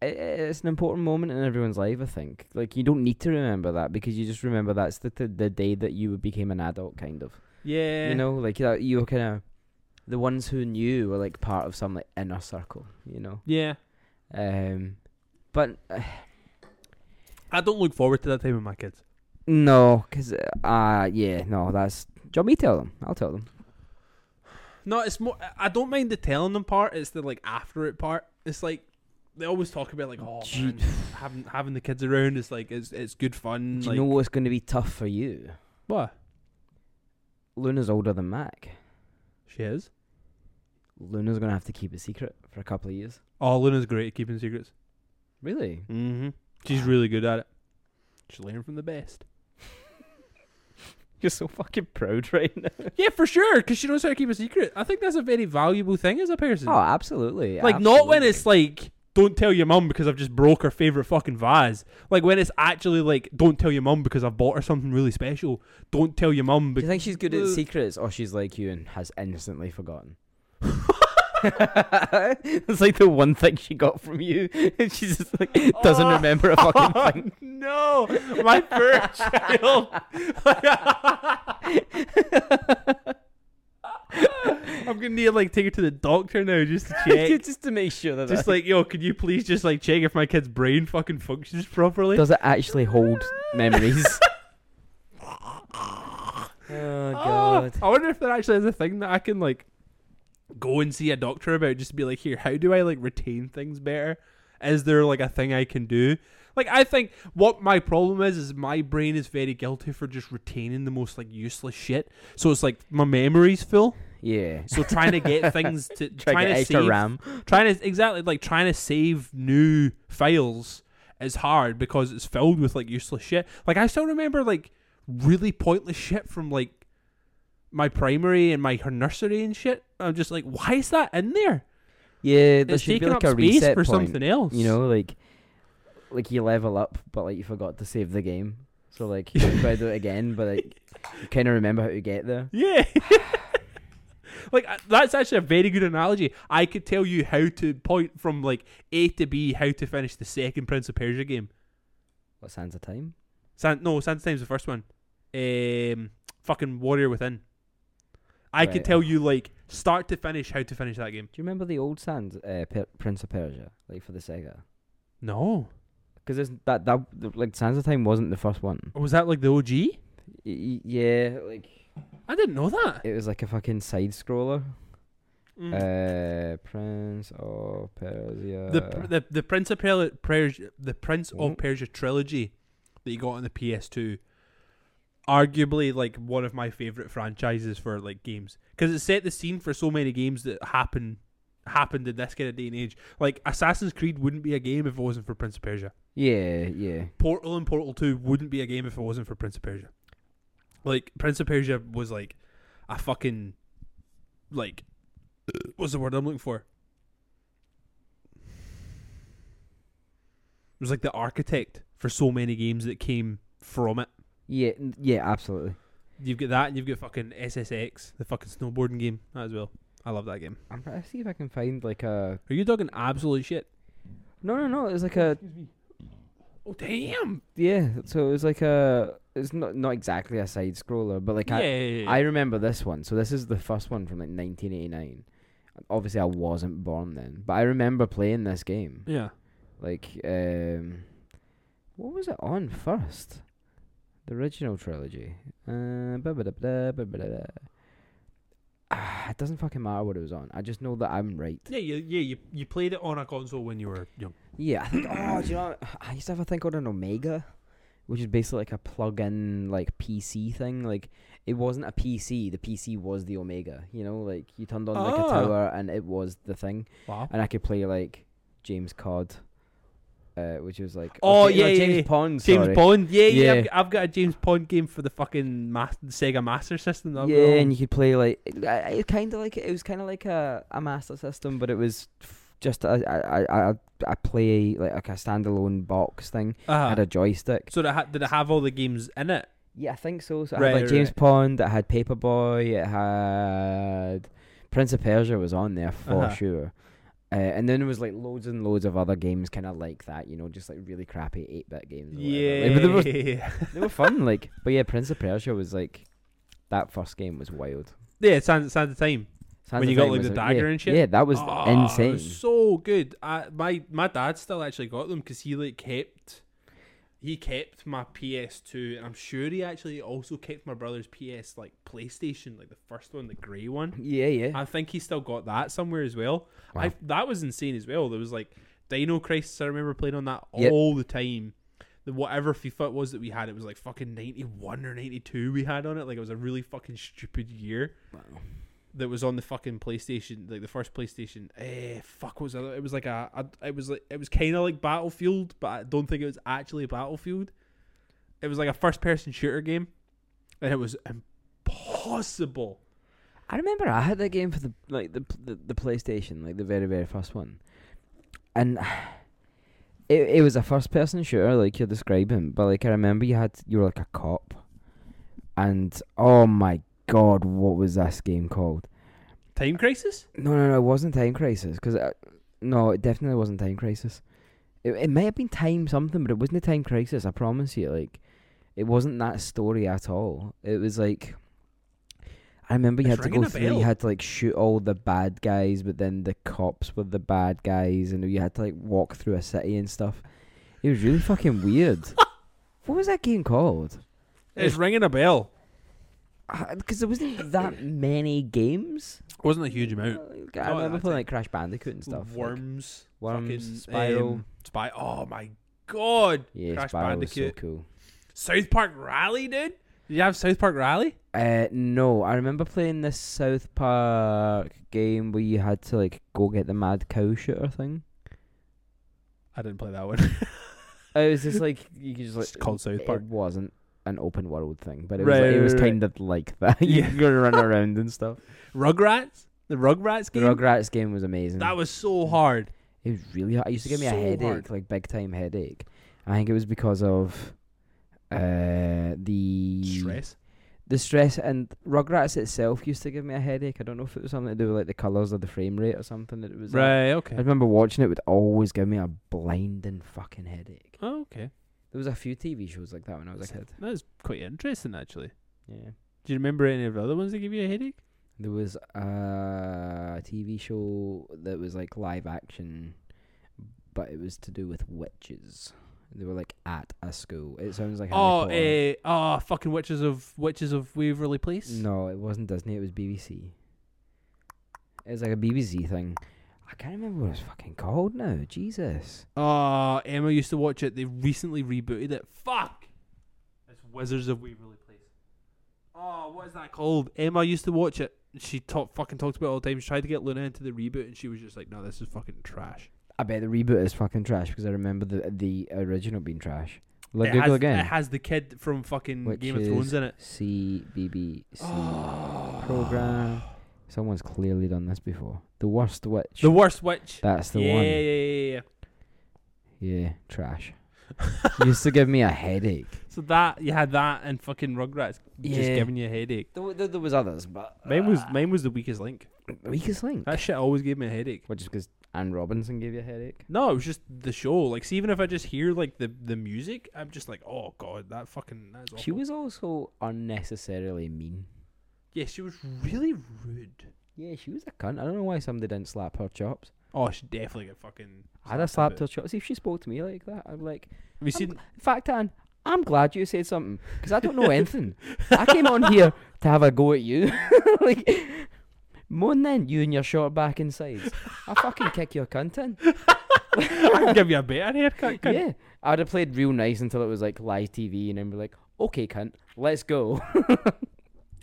Speaker 2: it, it's an important moment in everyone's life. I think like you don't need to remember that because you just remember that's the the, the day that you became an adult, kind of.
Speaker 1: Yeah.
Speaker 2: You know, like that you were kind of the ones who knew were like part of some like inner circle. You know,
Speaker 1: Yeah.
Speaker 2: um, but uh,
Speaker 1: I don't look forward to that time with my kids.
Speaker 2: no, because uh, yeah, no, that's. Do you want me to tell them? I'll tell them.
Speaker 1: No, it's more. I- I don't mind the telling them part. It's the like after it part. It's like they always talk about like oh
Speaker 2: Gee.
Speaker 1: man, having having the kids around. It's like it's it's good fun.
Speaker 2: Do you
Speaker 1: like,
Speaker 2: know what's going to be tough for you?
Speaker 1: what?
Speaker 2: Luna's older than Mac.
Speaker 1: She is.
Speaker 2: Luna's going to have to keep it secret for a couple of years.
Speaker 1: Oh, Luna's great at keeping secrets.
Speaker 2: Really?
Speaker 1: Mm-hmm. She's really good at it. She's learning from the best.
Speaker 2: You're so fucking proud right now.
Speaker 1: Yeah, for sure. Because she knows how to keep a secret. I think that's a very valuable thing as a person.
Speaker 2: Oh, absolutely.
Speaker 1: like not when it's like don't tell your mum because I've just broke her favorite fucking vase. Like when it's actually like don't tell your mum because I've bought her something really special. Don't tell your mum
Speaker 2: Do you
Speaker 1: because
Speaker 2: think she's good at
Speaker 1: Uh.
Speaker 2: secrets, or she's like you and has instantly forgotten? it's like the one thing she got from you. She's just like doesn't
Speaker 1: Oh.
Speaker 2: remember a fucking thing.
Speaker 1: no, my first child. I'm gonna need to, like take her to the doctor now just to check.
Speaker 2: just to make sure that
Speaker 1: just like yo, could you please just like check if my kid's brain fucking functions properly?
Speaker 2: does it actually hold memories? oh
Speaker 1: Oh, Ah, I wonder if there actually is a thing that I can like go and see a doctor about. Just be like, here, how do I like retain things better? Is there like a thing I can do? Like, I think what my problem is is my brain is very guilty for just retaining the most like useless shit. So it's like my memory's full.
Speaker 2: Yeah.
Speaker 1: So trying to get things to
Speaker 2: Try to
Speaker 1: trying
Speaker 2: get
Speaker 1: to
Speaker 2: extra
Speaker 1: save,
Speaker 2: RAM.
Speaker 1: trying to exactly like trying to save new files is hard because it's filled with like useless shit. Like I still remember like really pointless shit from like my primary and my nursery and shit. I'm just like, why is that in there?
Speaker 2: Yeah, there
Speaker 1: It's
Speaker 2: should be
Speaker 1: taking
Speaker 2: like
Speaker 1: up
Speaker 2: a
Speaker 1: space
Speaker 2: reset
Speaker 1: for
Speaker 2: point.
Speaker 1: something else.
Speaker 2: You know, like like you level up, but like you forgot to save the game. So like you try to do it again, but like you kind of remember how to get there.
Speaker 1: Yeah. like I- that's actually a very good analogy. I could tell you how to point from like A to B how to finish the second Prince of Persia game.
Speaker 2: What sands of time?
Speaker 1: San- no, Sands Time's the first one. Um, fucking Warrior Within. I
Speaker 2: Right.
Speaker 1: could tell you like start to finish how to finish that game.
Speaker 2: Do you remember the old sands, uh, per- Prince of Persia, like for the Sega?
Speaker 1: No,
Speaker 2: Because that that the- like sands of time wasn't the first one.
Speaker 1: was that like the OG?
Speaker 2: Y- y- yeah, like
Speaker 1: I didn't know that.
Speaker 2: it was like a fucking side scroller.
Speaker 1: Hmm.
Speaker 2: Uh, Prince of Persia.
Speaker 1: the, pr- the the Prince of Persia, Persia the Prince
Speaker 2: Mm.
Speaker 1: of Persia trilogy that you got on the PS2, arguably like one of my favorite franchises for like games because it set the scene for so many games that happen happened in this kind of day and age. Like Assassin's Creed wouldn't be a game if it wasn't for Prince of Persia.
Speaker 2: yeah, yeah.
Speaker 1: Portal and Portal 2 wouldn't be a game if it wasn't for Prince of Persia. Like Prince of Persia was like a fucking like what's the word I'm looking for? It was like the architect for so many games that came from it.
Speaker 2: Yeah, n- yeah, absolutely.
Speaker 1: You've got that and you've got fucking SSX, the fucking snowboarding game as well. I love that game.
Speaker 2: I'm trying to see if I can find like a
Speaker 1: Are you talking absolute shit?
Speaker 2: no, no, no. It was like a
Speaker 1: Oh damn.
Speaker 2: yeah. So it was like a it's not not exactly a side scroller, but like
Speaker 1: Yeah.
Speaker 2: I
Speaker 1: yeah,
Speaker 2: I
Speaker 1: yeah.
Speaker 2: remember this one. So this is the first one from like 1989. Obviously, I wasn't born then, but I remember playing this game.
Speaker 1: yeah.
Speaker 2: Like, um, what was it on first? The original trilogy. Uh, ba ba da ba da ba ba da da. Ah, it doesn't fucking matter what it was on. I just know that I'm right.
Speaker 1: Yeah, you, yeah, you, you played it on a console when you were young.
Speaker 2: Yeah, I think. Oh, do you know? I used to have a thing called an Omega, which is basically like a plug-in like PC thing. Like it wasn't a PC. The PC was the Omega. You know, like you turned on like a
Speaker 1: Ah.
Speaker 2: tower and it was the thing,
Speaker 1: Wow.
Speaker 2: and I could play like James Cod, uh, which was like
Speaker 1: Oh,
Speaker 2: Ja-
Speaker 1: yeah,
Speaker 2: no,
Speaker 1: yeah,
Speaker 2: James
Speaker 1: yeah.
Speaker 2: Pond.
Speaker 1: James
Speaker 2: sorry.
Speaker 1: Bond, yeah, yeah.
Speaker 2: Yeah.
Speaker 1: I've, got, I've got a James Bond game for the fucking mas- Sega Master System. that I've got
Speaker 2: Yeah,
Speaker 1: at
Speaker 2: and
Speaker 1: home.
Speaker 2: you could play like it kind of like it was kind of like a, a master system, but it was f- just a a, a, a, a play like, like a standalone box thing.
Speaker 1: Uh-huh.
Speaker 2: had a joystick.
Speaker 1: so that ha- did it have all the games in it?
Speaker 2: Yeah, I think so. So it
Speaker 1: Right,
Speaker 2: had like
Speaker 1: right,
Speaker 2: James
Speaker 1: right.
Speaker 2: Pond, it had Paperboy, it had Prince of Persia was on there for
Speaker 1: Uh-huh.
Speaker 2: sure. Uh, and then there was like loads and loads of other games kind of like that, you know, just like really crappy eight bit games. or whatever. Like, but they, were,
Speaker 1: yeah.
Speaker 2: they were fun, like. But yeah, Prince of Persia was like that first game was wild.
Speaker 1: Yeah, Sands, Sands of Time.
Speaker 2: Sands
Speaker 1: When
Speaker 2: of
Speaker 1: you got,
Speaker 2: Time
Speaker 1: like,
Speaker 2: was
Speaker 1: the
Speaker 2: yeah,
Speaker 1: dagger and shit?
Speaker 2: Yeah, that was
Speaker 1: Oh, it
Speaker 2: insane.
Speaker 1: so good. I, my my dad still actually got them because he like kept he kept my PS2, and I'm sure he actually also kept my brother's PS like PlayStation, like the first one, the grey one.
Speaker 2: Yeah, yeah.
Speaker 1: I think he still got that somewhere as well.
Speaker 2: Wow.
Speaker 1: I that was insane as well. There was like Dino Crisis. I remember playing on that
Speaker 2: Yep.
Speaker 1: all the time. The whatever FIFA it was that we had, it was like fucking ninety one or ninety two. We had on it like it was a really fucking stupid year. That was on the fucking PlayStation, like the first PlayStation. Eh, fuck, what was it? It was like a, a it was like it was kind of like Battlefield, but I don't think it was actually Battlefield. It was like a first person shooter game, and it was impossible.
Speaker 2: I remember I had that game for the like the p- the, the PlayStation, like the very very first one, and it it was a first person shooter, like you're describing. But like I remember you had you were like a cop, and oh my god, what was this game called?
Speaker 1: Time Crisis.
Speaker 2: No, no, no, it wasn't Time Crisis because no, it definitely wasn't Time Crisis. It it may have been Time something, but it wasn't a Time Crisis. I promise you, like it wasn't that story at all. It was like I remember you
Speaker 1: It's
Speaker 2: had to
Speaker 1: ringing
Speaker 2: go
Speaker 1: a
Speaker 2: through. You
Speaker 1: bell.
Speaker 2: had to like shoot all the bad guys, but then the cops were the bad guys, and you had to like walk through a city and stuff. It was really fucking weird. what was that game called?
Speaker 1: It's ringing a bell.
Speaker 2: Because there wasn't that many games.
Speaker 1: It wasn't a huge amount.
Speaker 2: Like,
Speaker 1: Oh,
Speaker 2: I remember
Speaker 1: that's
Speaker 2: playing
Speaker 1: it.
Speaker 2: like Crash Bandicoot and stuff. like-
Speaker 1: Worms,
Speaker 2: Worms,
Speaker 1: fucking,
Speaker 2: Spiral.
Speaker 1: um, Spy. Oh my god!
Speaker 2: Yeah,
Speaker 1: Crash
Speaker 2: Spiral was so
Speaker 1: Bandicoot.
Speaker 2: cool.
Speaker 1: South Park Rally, dude. Did you have South Park Rally?
Speaker 2: Uh, no, I remember playing this South Park game where you had to like go get the mad cow shooter thing.
Speaker 1: I didn't play that one.
Speaker 2: Oh, It was just like you could just like
Speaker 1: It's called South Park.
Speaker 2: It wasn't an open world thing, but it was
Speaker 1: Right,
Speaker 2: like, it
Speaker 1: right,
Speaker 2: was
Speaker 1: right.
Speaker 2: kind of like that. you
Speaker 1: Yeah.
Speaker 2: could go run around and stuff.
Speaker 1: Rugrats, the Rugrats
Speaker 2: The
Speaker 1: game.
Speaker 2: Rugrats game was amazing.
Speaker 1: That was so hard.
Speaker 2: it was really hard. It used to give me a
Speaker 1: so
Speaker 2: headache,
Speaker 1: hard.
Speaker 2: like big time headache. I think it was because of uh the
Speaker 1: Stress.
Speaker 2: the stress and Rugrats itself used to give me a headache. I don't know if it was something to do with like the colours or the frame rate or something that it was. at.
Speaker 1: Right.
Speaker 2: I
Speaker 1: Okay.
Speaker 2: remember watching it would always give me a blinding fucking headache.
Speaker 1: Oh, okay.
Speaker 2: There was a few TV shows like that when I was a kid.
Speaker 1: That was quite interesting, actually.
Speaker 2: Yeah.
Speaker 1: Do you remember any of the other ones that give you a headache?
Speaker 2: There was a TV show that was like live action, but it was to do with witches. They were like at a school. It sounds like
Speaker 1: Oh,
Speaker 2: Harry
Speaker 1: eh, oh, fucking Witches of Witches of Waverly Place.
Speaker 2: Potter. no, it wasn't Disney. It was BBC. It was like a BBC thing. I can't remember what it was fucking called now. Jesus.
Speaker 1: Oh, Emma used to watch it. They recently rebooted it. Fuck! It's Wizards of Waverly Place. Oh, what is that called? Emma used to watch it. She talk, fucking talked about it all the time. She tried to get Luna into the reboot, and she was just like, "No, this is fucking trash."
Speaker 2: I bet the reboot is fucking trash because I remember the the original being trash. Look,
Speaker 1: it
Speaker 2: Google
Speaker 1: has,
Speaker 2: again.
Speaker 1: It has the kid from fucking
Speaker 2: Which
Speaker 1: Game of
Speaker 2: is-
Speaker 1: Thrones in it.
Speaker 2: CBBC
Speaker 1: Oh.
Speaker 2: program. Someone's clearly done this before. The worst witch.
Speaker 1: The worst witch.
Speaker 2: That's the
Speaker 1: yeah,
Speaker 2: one.
Speaker 1: yeah, yeah, yeah,
Speaker 2: Yeah, trash.
Speaker 1: yeah.
Speaker 2: Used to give me a headache.
Speaker 1: so that you had that and fucking Rugrats just
Speaker 2: Yeah.
Speaker 1: giving you a headache.
Speaker 2: There, wa- there, there was others, but
Speaker 1: Mine was mine was the weakest link.
Speaker 2: weakest link.
Speaker 1: That shit always gave me a headache.
Speaker 2: What, just because Anne Robinson gave you a headache?
Speaker 1: No, it was just the show. Like, see, even if I just hear like the the music, I'm just like, oh god, that fucking that's awful.
Speaker 2: She was also unnecessarily mean.
Speaker 1: yeah, she was really rude.
Speaker 2: Yeah, she was a cunt. I don't know why somebody didn't slap her chops.
Speaker 1: Oh, she definitely got fucking.
Speaker 2: I'd have
Speaker 1: a
Speaker 2: slapped her
Speaker 1: bit.
Speaker 2: chops. If she spoke to me like that, I'd be like,
Speaker 1: Have you seen?
Speaker 2: In fact, Anne, I'm glad you said something because I don't know anything. I came on here to have a go at you. like, moan then, you and your short back and sides. I fucking kick your cunt in.
Speaker 1: I can give you a better haircut. cunt.
Speaker 2: Yeah. I'd have played real nice until it was like live TV and then be like, okay, cunt, let's go.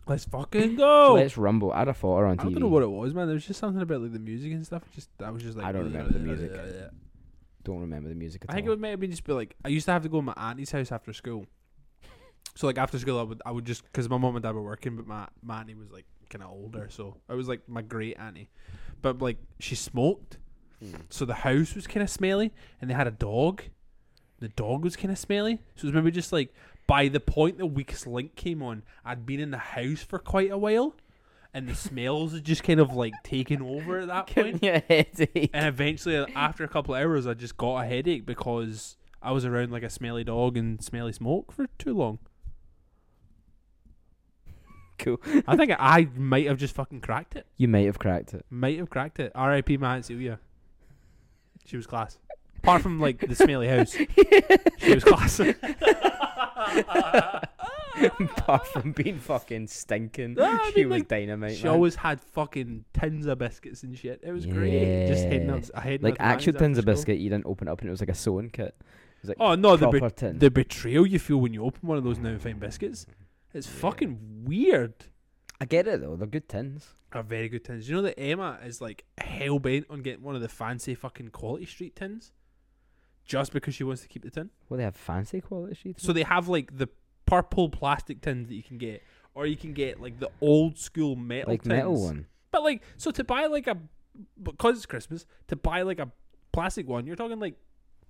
Speaker 1: Let's fucking go.
Speaker 2: Let's rumble. I'd have fought her on
Speaker 1: Oh. I
Speaker 2: TV.
Speaker 1: don't know what it was, man. There was just something about like the music and stuff. Just I was just like,
Speaker 2: I don't remember the music. Don't remember the music at
Speaker 1: I think it
Speaker 2: all.
Speaker 1: would maybe just be like I used to have to go to my auntie's house after school. So like after school, I would I would just because my mom and dad were working, but my, my auntie was like kind of older, so I was like my great auntie, but like she smoked,
Speaker 2: Hmm.
Speaker 1: so the house was kind of smelly, and they had a dog. The dog was kind of smelly, so it was maybe just like by the point the weakest link came on, I'd been in the house for quite a while, and the smells had just kind of like taken over at that
Speaker 2: Give
Speaker 1: point.
Speaker 2: me a headache.
Speaker 1: And eventually, after a couple of hours, I just got a headache because I was around like a smelly dog and smelly smoke for too long.
Speaker 2: Cool.
Speaker 1: I think I might have just fucking cracked it.
Speaker 2: You might have cracked it.
Speaker 1: Might have cracked it. R.I.P. my Aunt Celia. She was class. Apart from like the smelly house, she was class.
Speaker 2: Apart from being fucking stinking,
Speaker 1: No, I
Speaker 2: she
Speaker 1: mean,
Speaker 2: was
Speaker 1: like,
Speaker 2: dynamite.
Speaker 1: she
Speaker 2: man.
Speaker 1: always had fucking tins of biscuits and shit. It was great. Just heading up,
Speaker 2: Yes.
Speaker 1: heading
Speaker 2: like
Speaker 1: up
Speaker 2: actual
Speaker 1: bangs
Speaker 2: tins of
Speaker 1: after school.
Speaker 2: biscuit. You didn't open it up, and it was like a sewing kit. It was like
Speaker 1: Oh no, the
Speaker 2: proper
Speaker 1: be-
Speaker 2: tin.
Speaker 1: the betrayal you feel when you open one of those now and find biscuits. It's
Speaker 2: Yeah.
Speaker 1: fucking weird.
Speaker 2: I get it though. They're good tins.
Speaker 1: Are very good tins. You know that Emma is like hell bent on getting one of the fancy fucking quality street tins, just because she wants to keep the tin.
Speaker 2: Well, they have fancy quality sheets.
Speaker 1: So they have like the purple plastic tins that you can get, or you can get like the old school metal
Speaker 2: like
Speaker 1: tins.
Speaker 2: metal one.
Speaker 1: But like, so to buy like a because it's Christmas to buy like a plastic one, you're talking like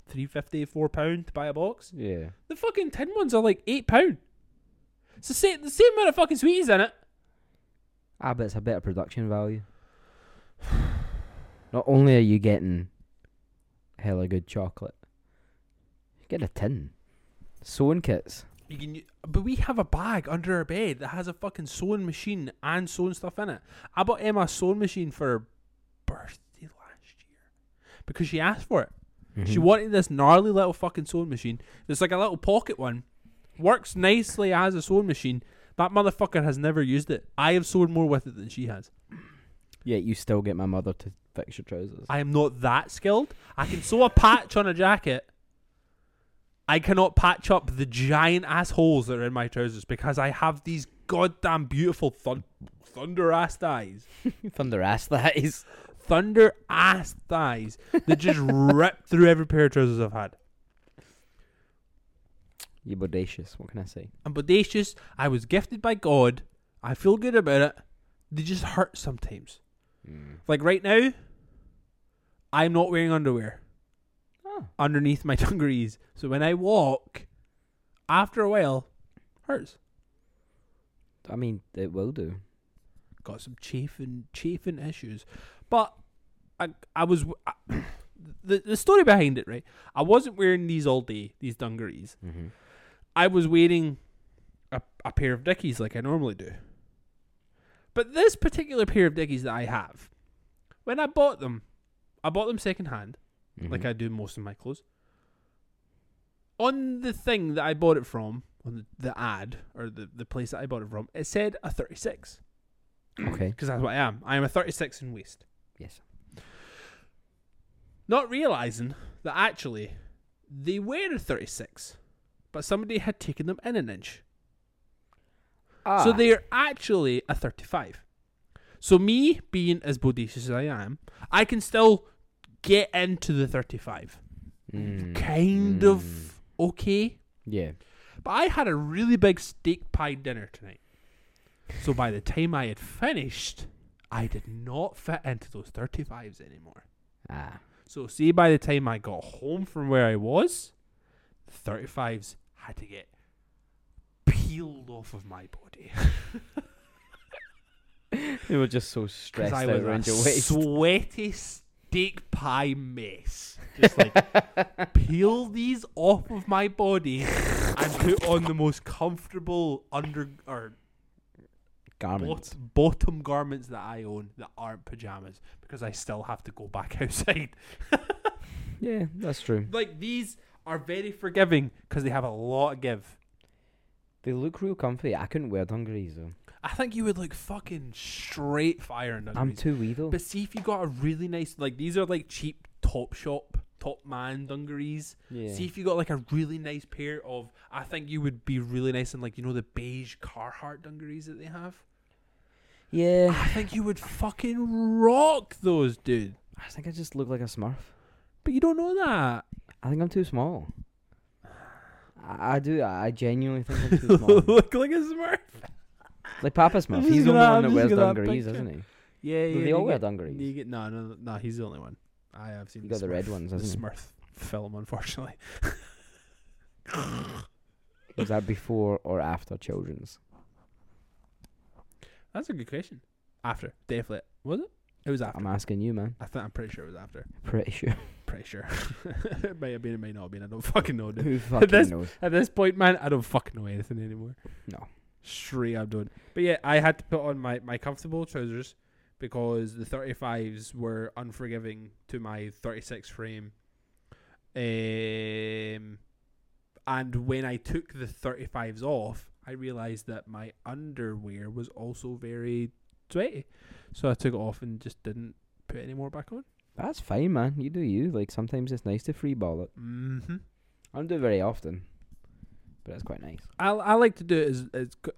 Speaker 1: three fifty, four pound to buy a box.
Speaker 2: Yeah.
Speaker 1: The fucking tin ones are like eight pound. It's the same the same amount of fucking sweeties in it.
Speaker 2: Ah, but it's a better production value. Not only are you getting hella good chocolate, you get a tin. Sewing kits.
Speaker 1: You can, u- but we have a bag under our bed that has a fucking sewing machine and sewing stuff in it. I bought Emma a sewing machine for her birthday last year because she asked for it. She
Speaker 2: Mm-hmm.
Speaker 1: wanted this gnarly little fucking sewing machine. It's like a little pocket one. Works nicely as a sewing machine. That motherfucker has never used it. I have sewn more with it than she has.
Speaker 2: Yeah, you still get my mother to fix your trousers.
Speaker 1: I am not that skilled. I can sew a patch on a jacket. I cannot patch up the giant assholes that are in my trousers because I have these goddamn beautiful thun- thunder ass thighs.
Speaker 2: Thunder ass that is.
Speaker 1: Thunder ass thighs that just rip through every pair of trousers I've had.
Speaker 2: You bodacious. What can I say?
Speaker 1: I'm bodacious. I was gifted by God. I feel good about it. They just hurt sometimes. Like right now, I'm not wearing underwear
Speaker 2: Oh.
Speaker 1: underneath my dungarees. So when I walk, after a while, hurts.
Speaker 2: I mean, it will do.
Speaker 1: Got some chafing, chafing issues. But I, I was. I, the, the story behind it, right? I wasn't wearing these all day, these dungarees.
Speaker 2: Mm-hmm.
Speaker 1: I was wearing a, a pair of dickies like I normally do. But this particular pair of dickies that I have, when I bought them, I bought them secondhand,
Speaker 2: Mm-hmm.
Speaker 1: like
Speaker 2: Mm.
Speaker 1: I do most of my clothes. On the thing that I bought it from, on the, the ad or the, the place that I bought it from, it said a 36
Speaker 2: Okay.
Speaker 1: because that's what I am. I am a 36 in waist.
Speaker 2: Yes.
Speaker 1: Not realizing that actually they were a 36, but somebody had taken them in an inch.
Speaker 2: Ah.
Speaker 1: So they are actually a 35. So me being as bodacious as I am, I can still get into the 35.
Speaker 2: Mm.
Speaker 1: Kind
Speaker 2: Mm.
Speaker 1: of okay.
Speaker 2: Yeah.
Speaker 1: But I had a really big steak pie dinner tonight. So by the time I had finished, I did not fit into those 35s anymore.
Speaker 2: Ah.
Speaker 1: So see by the time I got home from where I was, the 35s had to get peeled off of my body.
Speaker 2: They were just so
Speaker 1: Because
Speaker 2: stressed
Speaker 1: I
Speaker 2: out
Speaker 1: was
Speaker 2: around
Speaker 1: a
Speaker 2: your waist.
Speaker 1: sweaty steak pie mess. Just like peel these off of my body and put on the most comfortable under or
Speaker 2: Garments.
Speaker 1: bot- bottom garments that I own that aren't pajamas because I still have to go back outside.
Speaker 2: Yeah, that's true.
Speaker 1: like these are very forgiving because they have a lot of give.
Speaker 2: They look real comfy. I couldn't wear dungarees though.
Speaker 1: I think you would look fucking straight fire in
Speaker 2: I'm
Speaker 1: those.
Speaker 2: too wee though.
Speaker 1: But see if you got a really nice like these are like cheap Top Shop, Top Man dungarees.
Speaker 2: Yeah.
Speaker 1: See if you got like a really nice pair of. I think you would be really nice in like you know the beige Carhartt dungarees that they have.
Speaker 2: yeah.
Speaker 1: I think you would fucking rock those, dude.
Speaker 2: I think I just look like a Smurf.
Speaker 1: But you don't know that.
Speaker 2: I think I'm too small. I, I do. I genuinely think I'm too small.
Speaker 1: Look like a Smurf.
Speaker 2: like Papa Smurf,
Speaker 1: just
Speaker 2: he's the
Speaker 1: gonna-
Speaker 2: only one
Speaker 1: I'm
Speaker 2: that
Speaker 1: just
Speaker 2: wears
Speaker 1: gonna have a
Speaker 2: dungarees,
Speaker 1: picture.
Speaker 2: isn't he?
Speaker 1: Yeah, yeah.
Speaker 2: Do they
Speaker 1: you
Speaker 2: all wear
Speaker 1: get- You
Speaker 2: dungarees?
Speaker 1: get no, no, no. He's the only one. I have seen.
Speaker 2: You got the red
Speaker 1: Smurf-
Speaker 2: ones,
Speaker 1: the
Speaker 2: hasn't you?
Speaker 1: Smurf film, unfortunately.
Speaker 2: Was that before or after children's?
Speaker 1: That's a good question. After. Definitely. Was it? It was after.
Speaker 2: I'm asking you, man.
Speaker 1: I think I'm pretty sure it was after.
Speaker 2: Pretty sure.
Speaker 1: Pretty sure. it may have been, it may not have been. I don't fucking know, dude.
Speaker 2: Who fucking
Speaker 1: This-
Speaker 2: knows?
Speaker 1: At this point, man, I don't fucking know anything anymore.
Speaker 2: No.
Speaker 1: Straight I'm done. But yeah, I had to put on my, my comfortable trousers because the 35s were unforgiving to my 36 frame. Um, and when I took the 35s off, I realized that my underwear was also very sweaty. So I took it off and just didn't put any more back on.
Speaker 2: That's fine, man. You do you. Like sometimes it's nice to free ball it.
Speaker 1: Mm-hmm.
Speaker 2: I don't do it very often, but it's quite nice.
Speaker 1: I, I like to do it as, as co-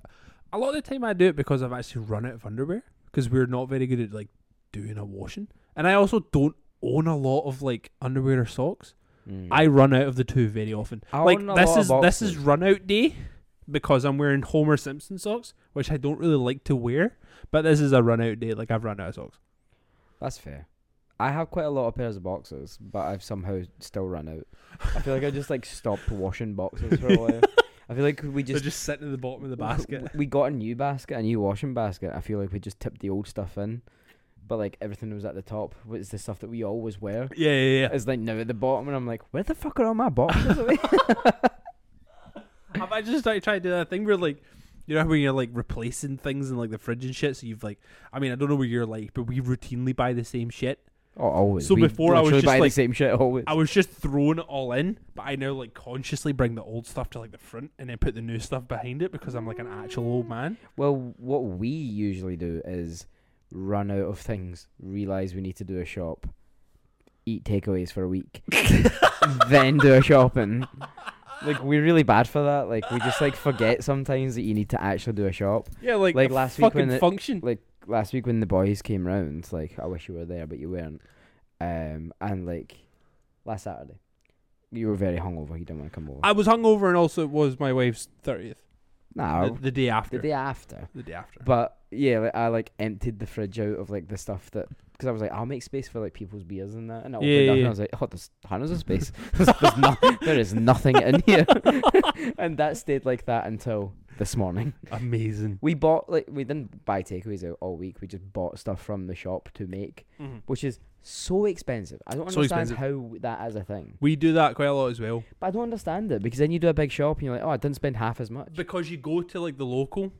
Speaker 1: a lot of the time I do it because I've actually run out of underwear because we're not very good at like doing a washing, and I also don't own a lot of like underwear or socks.
Speaker 2: Mm.
Speaker 1: I run out of the two very often.
Speaker 2: I
Speaker 1: like
Speaker 2: own a
Speaker 1: this
Speaker 2: lot of
Speaker 1: is this is
Speaker 2: boxes.
Speaker 1: run out day because I'm wearing Homer Simpson socks, which I don't really like to wear, but this is a run out day. Like I've run out of socks.
Speaker 2: That's fair. I have quite a lot of pairs of boxers, but I've somehow still run out. I feel like I just like stopped washing boxers for a while. I feel like we
Speaker 1: They're
Speaker 2: just
Speaker 1: just sitting at the bottom of the
Speaker 2: w-
Speaker 1: basket.
Speaker 2: w- We got a new basket, a new washing basket. I feel like we just tipped the old stuff in, but like everything that was at the top was the stuff that we always wear.
Speaker 1: Yeah, yeah, yeah.
Speaker 2: It's like now at the bottom, and I'm like, where the fuck are all my boxers? away?"
Speaker 1: Have I just started trying to do that thing where like you know how when you're like replacing things in like the fridge and shit, so you've like I mean I don't know where you're like, but we routinely buy the same shit.
Speaker 2: oh, always.
Speaker 1: So
Speaker 2: We
Speaker 1: before I was
Speaker 2: literally
Speaker 1: just
Speaker 2: buy the
Speaker 1: like-
Speaker 2: same shit always.
Speaker 1: I was just throwing it all in, but I now like consciously bring the old stuff to like the front and then put the new stuff behind it because I'm like an actual old man.
Speaker 2: Well, what we usually do is run out of things, realize we need to do a shop, eat takeaways for a week, then do a shopping. Like we're really bad for that. Like we just like forget sometimes that you need to actually do a shop.
Speaker 1: Yeah, like
Speaker 2: Like
Speaker 1: a
Speaker 2: last week
Speaker 1: fucking
Speaker 2: when it-
Speaker 1: function.
Speaker 2: Like last week when the boys came round, like I wish you were there, but you weren't. Um, and like last Saturday, you were very hungover. You didn't want to come over.
Speaker 1: I was hungover and also it was my wife's thirtieth.
Speaker 2: no,
Speaker 1: the, the day after.
Speaker 2: Oh. the day after.
Speaker 1: The day after.
Speaker 2: But yeah, like, I like emptied the fridge out of like the stuff that because I was like, I'll make space for like people's beers and that, and I opened
Speaker 1: Yeah,
Speaker 2: it up
Speaker 1: yeah,
Speaker 2: and
Speaker 1: yeah.
Speaker 2: I was like, oh, there's tons of space. there's, there's no- there is nothing in here, and that stayed like that until this morning.
Speaker 1: Amazing.
Speaker 2: We bought like we didn't buy takeaways out all week. We just bought stuff from the shop to make,
Speaker 1: Mm-hmm.
Speaker 2: which is so expensive. I don't
Speaker 1: So
Speaker 2: understand
Speaker 1: expensive.
Speaker 2: how that is a thing,
Speaker 1: We do that quite a lot as well.
Speaker 2: but I don't understand it because then you do a big shop and you're like, oh, I didn't spend half as much.
Speaker 1: Because you go to like the local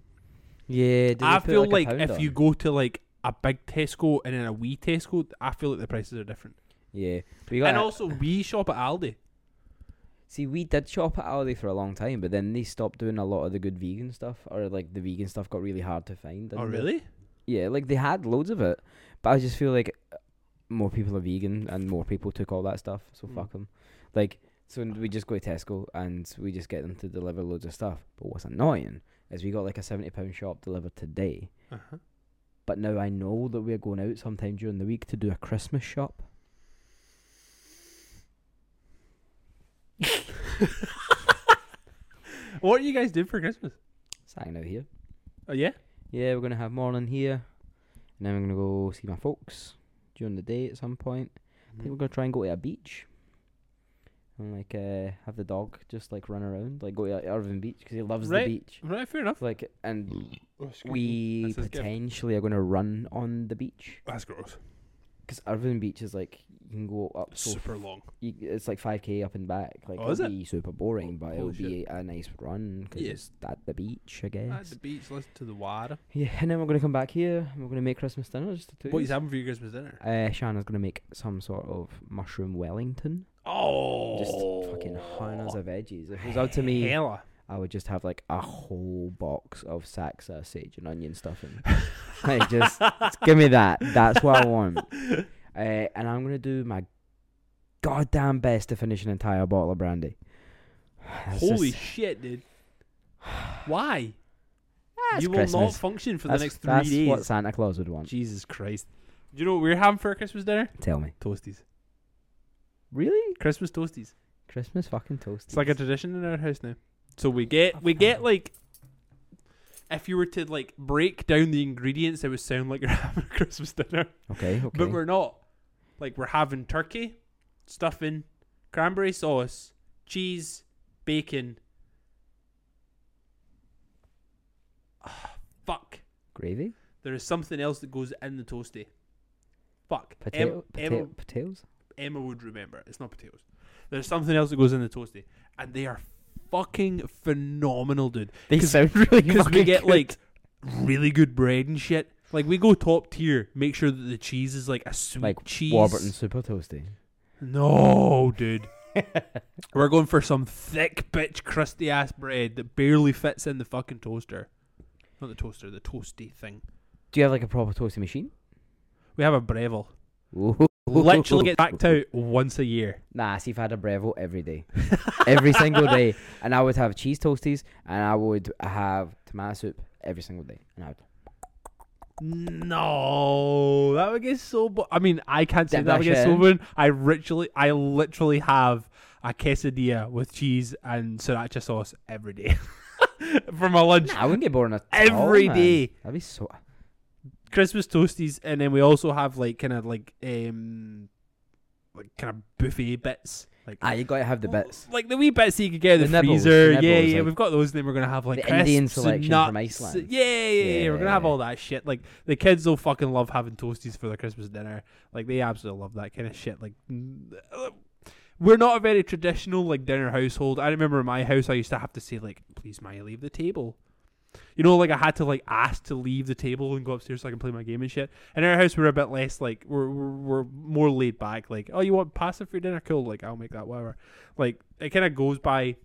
Speaker 2: yeah, do they
Speaker 1: I
Speaker 2: put,
Speaker 1: feel
Speaker 2: like,
Speaker 1: like,
Speaker 2: a pound
Speaker 1: if
Speaker 2: on?
Speaker 1: you go to like a big Tesco and then a wee Tesco, I feel like the prices are different.
Speaker 2: yeah, we got
Speaker 1: and
Speaker 2: a-
Speaker 1: also, we shop at Aldi.
Speaker 2: See, we did shop at Aldi for a long time, but then they stopped doing a lot of the good vegan stuff, or like the vegan stuff got really hard to find.
Speaker 1: Oh,
Speaker 2: didn't they?
Speaker 1: really?
Speaker 2: Yeah, like they had loads of it, but I just feel like uh, more people are vegan and more people took all that stuff, so
Speaker 1: Mm.
Speaker 2: fuck 'em. fuck them. Like, so we just go to Tesco and we just get them to deliver loads of stuff. But what's annoying is we got like a seventy pound shop delivered today,
Speaker 1: Uh-huh.
Speaker 2: but now I know that we're going out sometime during the week to do a Christmas shop.
Speaker 1: What are you guys doing for Christmas?
Speaker 2: Starting out here.
Speaker 1: Oh, yeah?
Speaker 2: Yeah, we're gonna have morning here, and then we're gonna go see my folks during the day at some point. I think we're gonna try and go to a beach, and like uh, have the dog just like run around, like go to like, Irvine Beach because he loves
Speaker 1: Right.
Speaker 2: the beach.
Speaker 1: Mm-hmm. Right, fair enough.
Speaker 2: Like, and
Speaker 1: Mm.
Speaker 2: we
Speaker 1: That's his gift.
Speaker 2: potentially are gonna run on the beach
Speaker 1: That's gross.
Speaker 2: because Irvine Beach is like you can go up so
Speaker 1: Super long.
Speaker 2: you, it's like five k up and back. Like
Speaker 1: Oh,
Speaker 2: it'll
Speaker 1: is it? Oh,
Speaker 2: be super boring, but
Speaker 1: Holy
Speaker 2: it'll
Speaker 1: shit.
Speaker 2: be a nice run because
Speaker 1: Yeah.
Speaker 2: it's at the beach, I guess.
Speaker 1: At the beach, listen to the water.
Speaker 2: Yeah, and then we're gonna come back here. and We're gonna make Christmas dinner just to two.
Speaker 1: What you having for your Christmas dinner?
Speaker 2: Uh, Shanna's gonna make some sort of mushroom Wellington.
Speaker 1: Oh.
Speaker 2: Just fucking hundreds of veggies. If it was up to me,
Speaker 1: Hella.
Speaker 2: I would just have like a whole box of saxa, sage, and onion stuffing. like just, just give me that. That's what I want. Uh, and I'm gonna do my goddamn best to finish an entire bottle of brandy. That's
Speaker 1: Holy
Speaker 2: just-
Speaker 1: shit, dude. Why?
Speaker 2: that's
Speaker 1: you will not
Speaker 2: Christmas.
Speaker 1: function for
Speaker 2: that's,
Speaker 1: the next three
Speaker 2: that's
Speaker 1: days.
Speaker 2: what Santa Claus would want.
Speaker 1: Jesus Christ. Do you know what we're having for our Christmas dinner?
Speaker 2: Tell me,
Speaker 1: Toasties.
Speaker 2: really?
Speaker 1: Christmas toasties.
Speaker 2: Christmas fucking toast.
Speaker 1: It's like a tradition in our house now. So we get we get like if you were to like break down the ingredients, it would sound like you're having a Christmas dinner.
Speaker 2: okay, okay.
Speaker 1: But we're not. Like we're having turkey, stuffing, cranberry sauce, cheese, bacon. Ah, fuck.
Speaker 2: gravy.
Speaker 1: There is something else that goes in the toasty. Fuck. Em-
Speaker 2: Potato,
Speaker 1: Emma,
Speaker 2: potato, potatoes.
Speaker 1: Emma would remember. It's not potatoes. There's something else that goes in the toasty, and they are fucking phenomenal, dude.
Speaker 2: They
Speaker 1: 'Cause-
Speaker 2: sound really
Speaker 1: Because we
Speaker 2: fucking
Speaker 1: get
Speaker 2: good.
Speaker 1: like really good bread and shit. Like we go top tier. Make sure that the cheese is like a sweet
Speaker 2: Like
Speaker 1: cheese.
Speaker 2: Warburton super toasty.
Speaker 1: No, dude. We're going for some thick bitch crusty ass bread that barely fits in the fucking toaster. Not the toaster, the toasty thing.
Speaker 2: Do you have like a proper toasty machine?
Speaker 1: We have a Breville.
Speaker 2: Ooh.
Speaker 1: Literally gets backed out once a year.
Speaker 2: Nah, see if I had a Breville every day, every single day, and I would have cheese toasties, and I would have tomato soup every single day, and I would
Speaker 1: No, that would get so. Bo- I mean, I can't say
Speaker 2: Dip
Speaker 1: that would
Speaker 2: that
Speaker 1: get
Speaker 2: shit
Speaker 1: so
Speaker 2: in.
Speaker 1: boring. I literally, I literally have a quesadilla with cheese and sriracha sauce every day for my lunch.
Speaker 2: Nah, I wouldn't get bored at
Speaker 1: Every
Speaker 2: all, man.
Speaker 1: day.
Speaker 2: That'd be so.
Speaker 1: Christmas toasties, and then we also have like kind of like um, like kind of buffet bits. Like
Speaker 2: Ah, you gotta have
Speaker 1: Oh,
Speaker 2: the bits.
Speaker 1: Like the wee bits that you could get in the,
Speaker 2: The nibbles,
Speaker 1: freezer.
Speaker 2: the
Speaker 1: yeah,
Speaker 2: nibbles,
Speaker 1: yeah,
Speaker 2: like-
Speaker 1: we've got those. And then we're gonna have like
Speaker 2: The Indian
Speaker 1: crisps and
Speaker 2: selection from
Speaker 1: nuts.
Speaker 2: Iceland.
Speaker 1: Yeah, yeah, yeah, yeah, We're gonna have
Speaker 2: Yeah.
Speaker 1: all that shit. Like the kids will fucking love having toasties for their Christmas dinner. Like they absolutely love that kind of shit. Like mm, uh, we're not a very traditional like dinner household. I remember in my house I used to have to say like, please Maya, leave the table. You know, like I had to like ask to leave the table and go upstairs so I can play my game and shit. In our house, we were a bit less like we're we're, we're more laid back. Like, oh, you want pasta for your dinner? Cool. Like, I'll make that. Whatever. Like, it kind of goes by.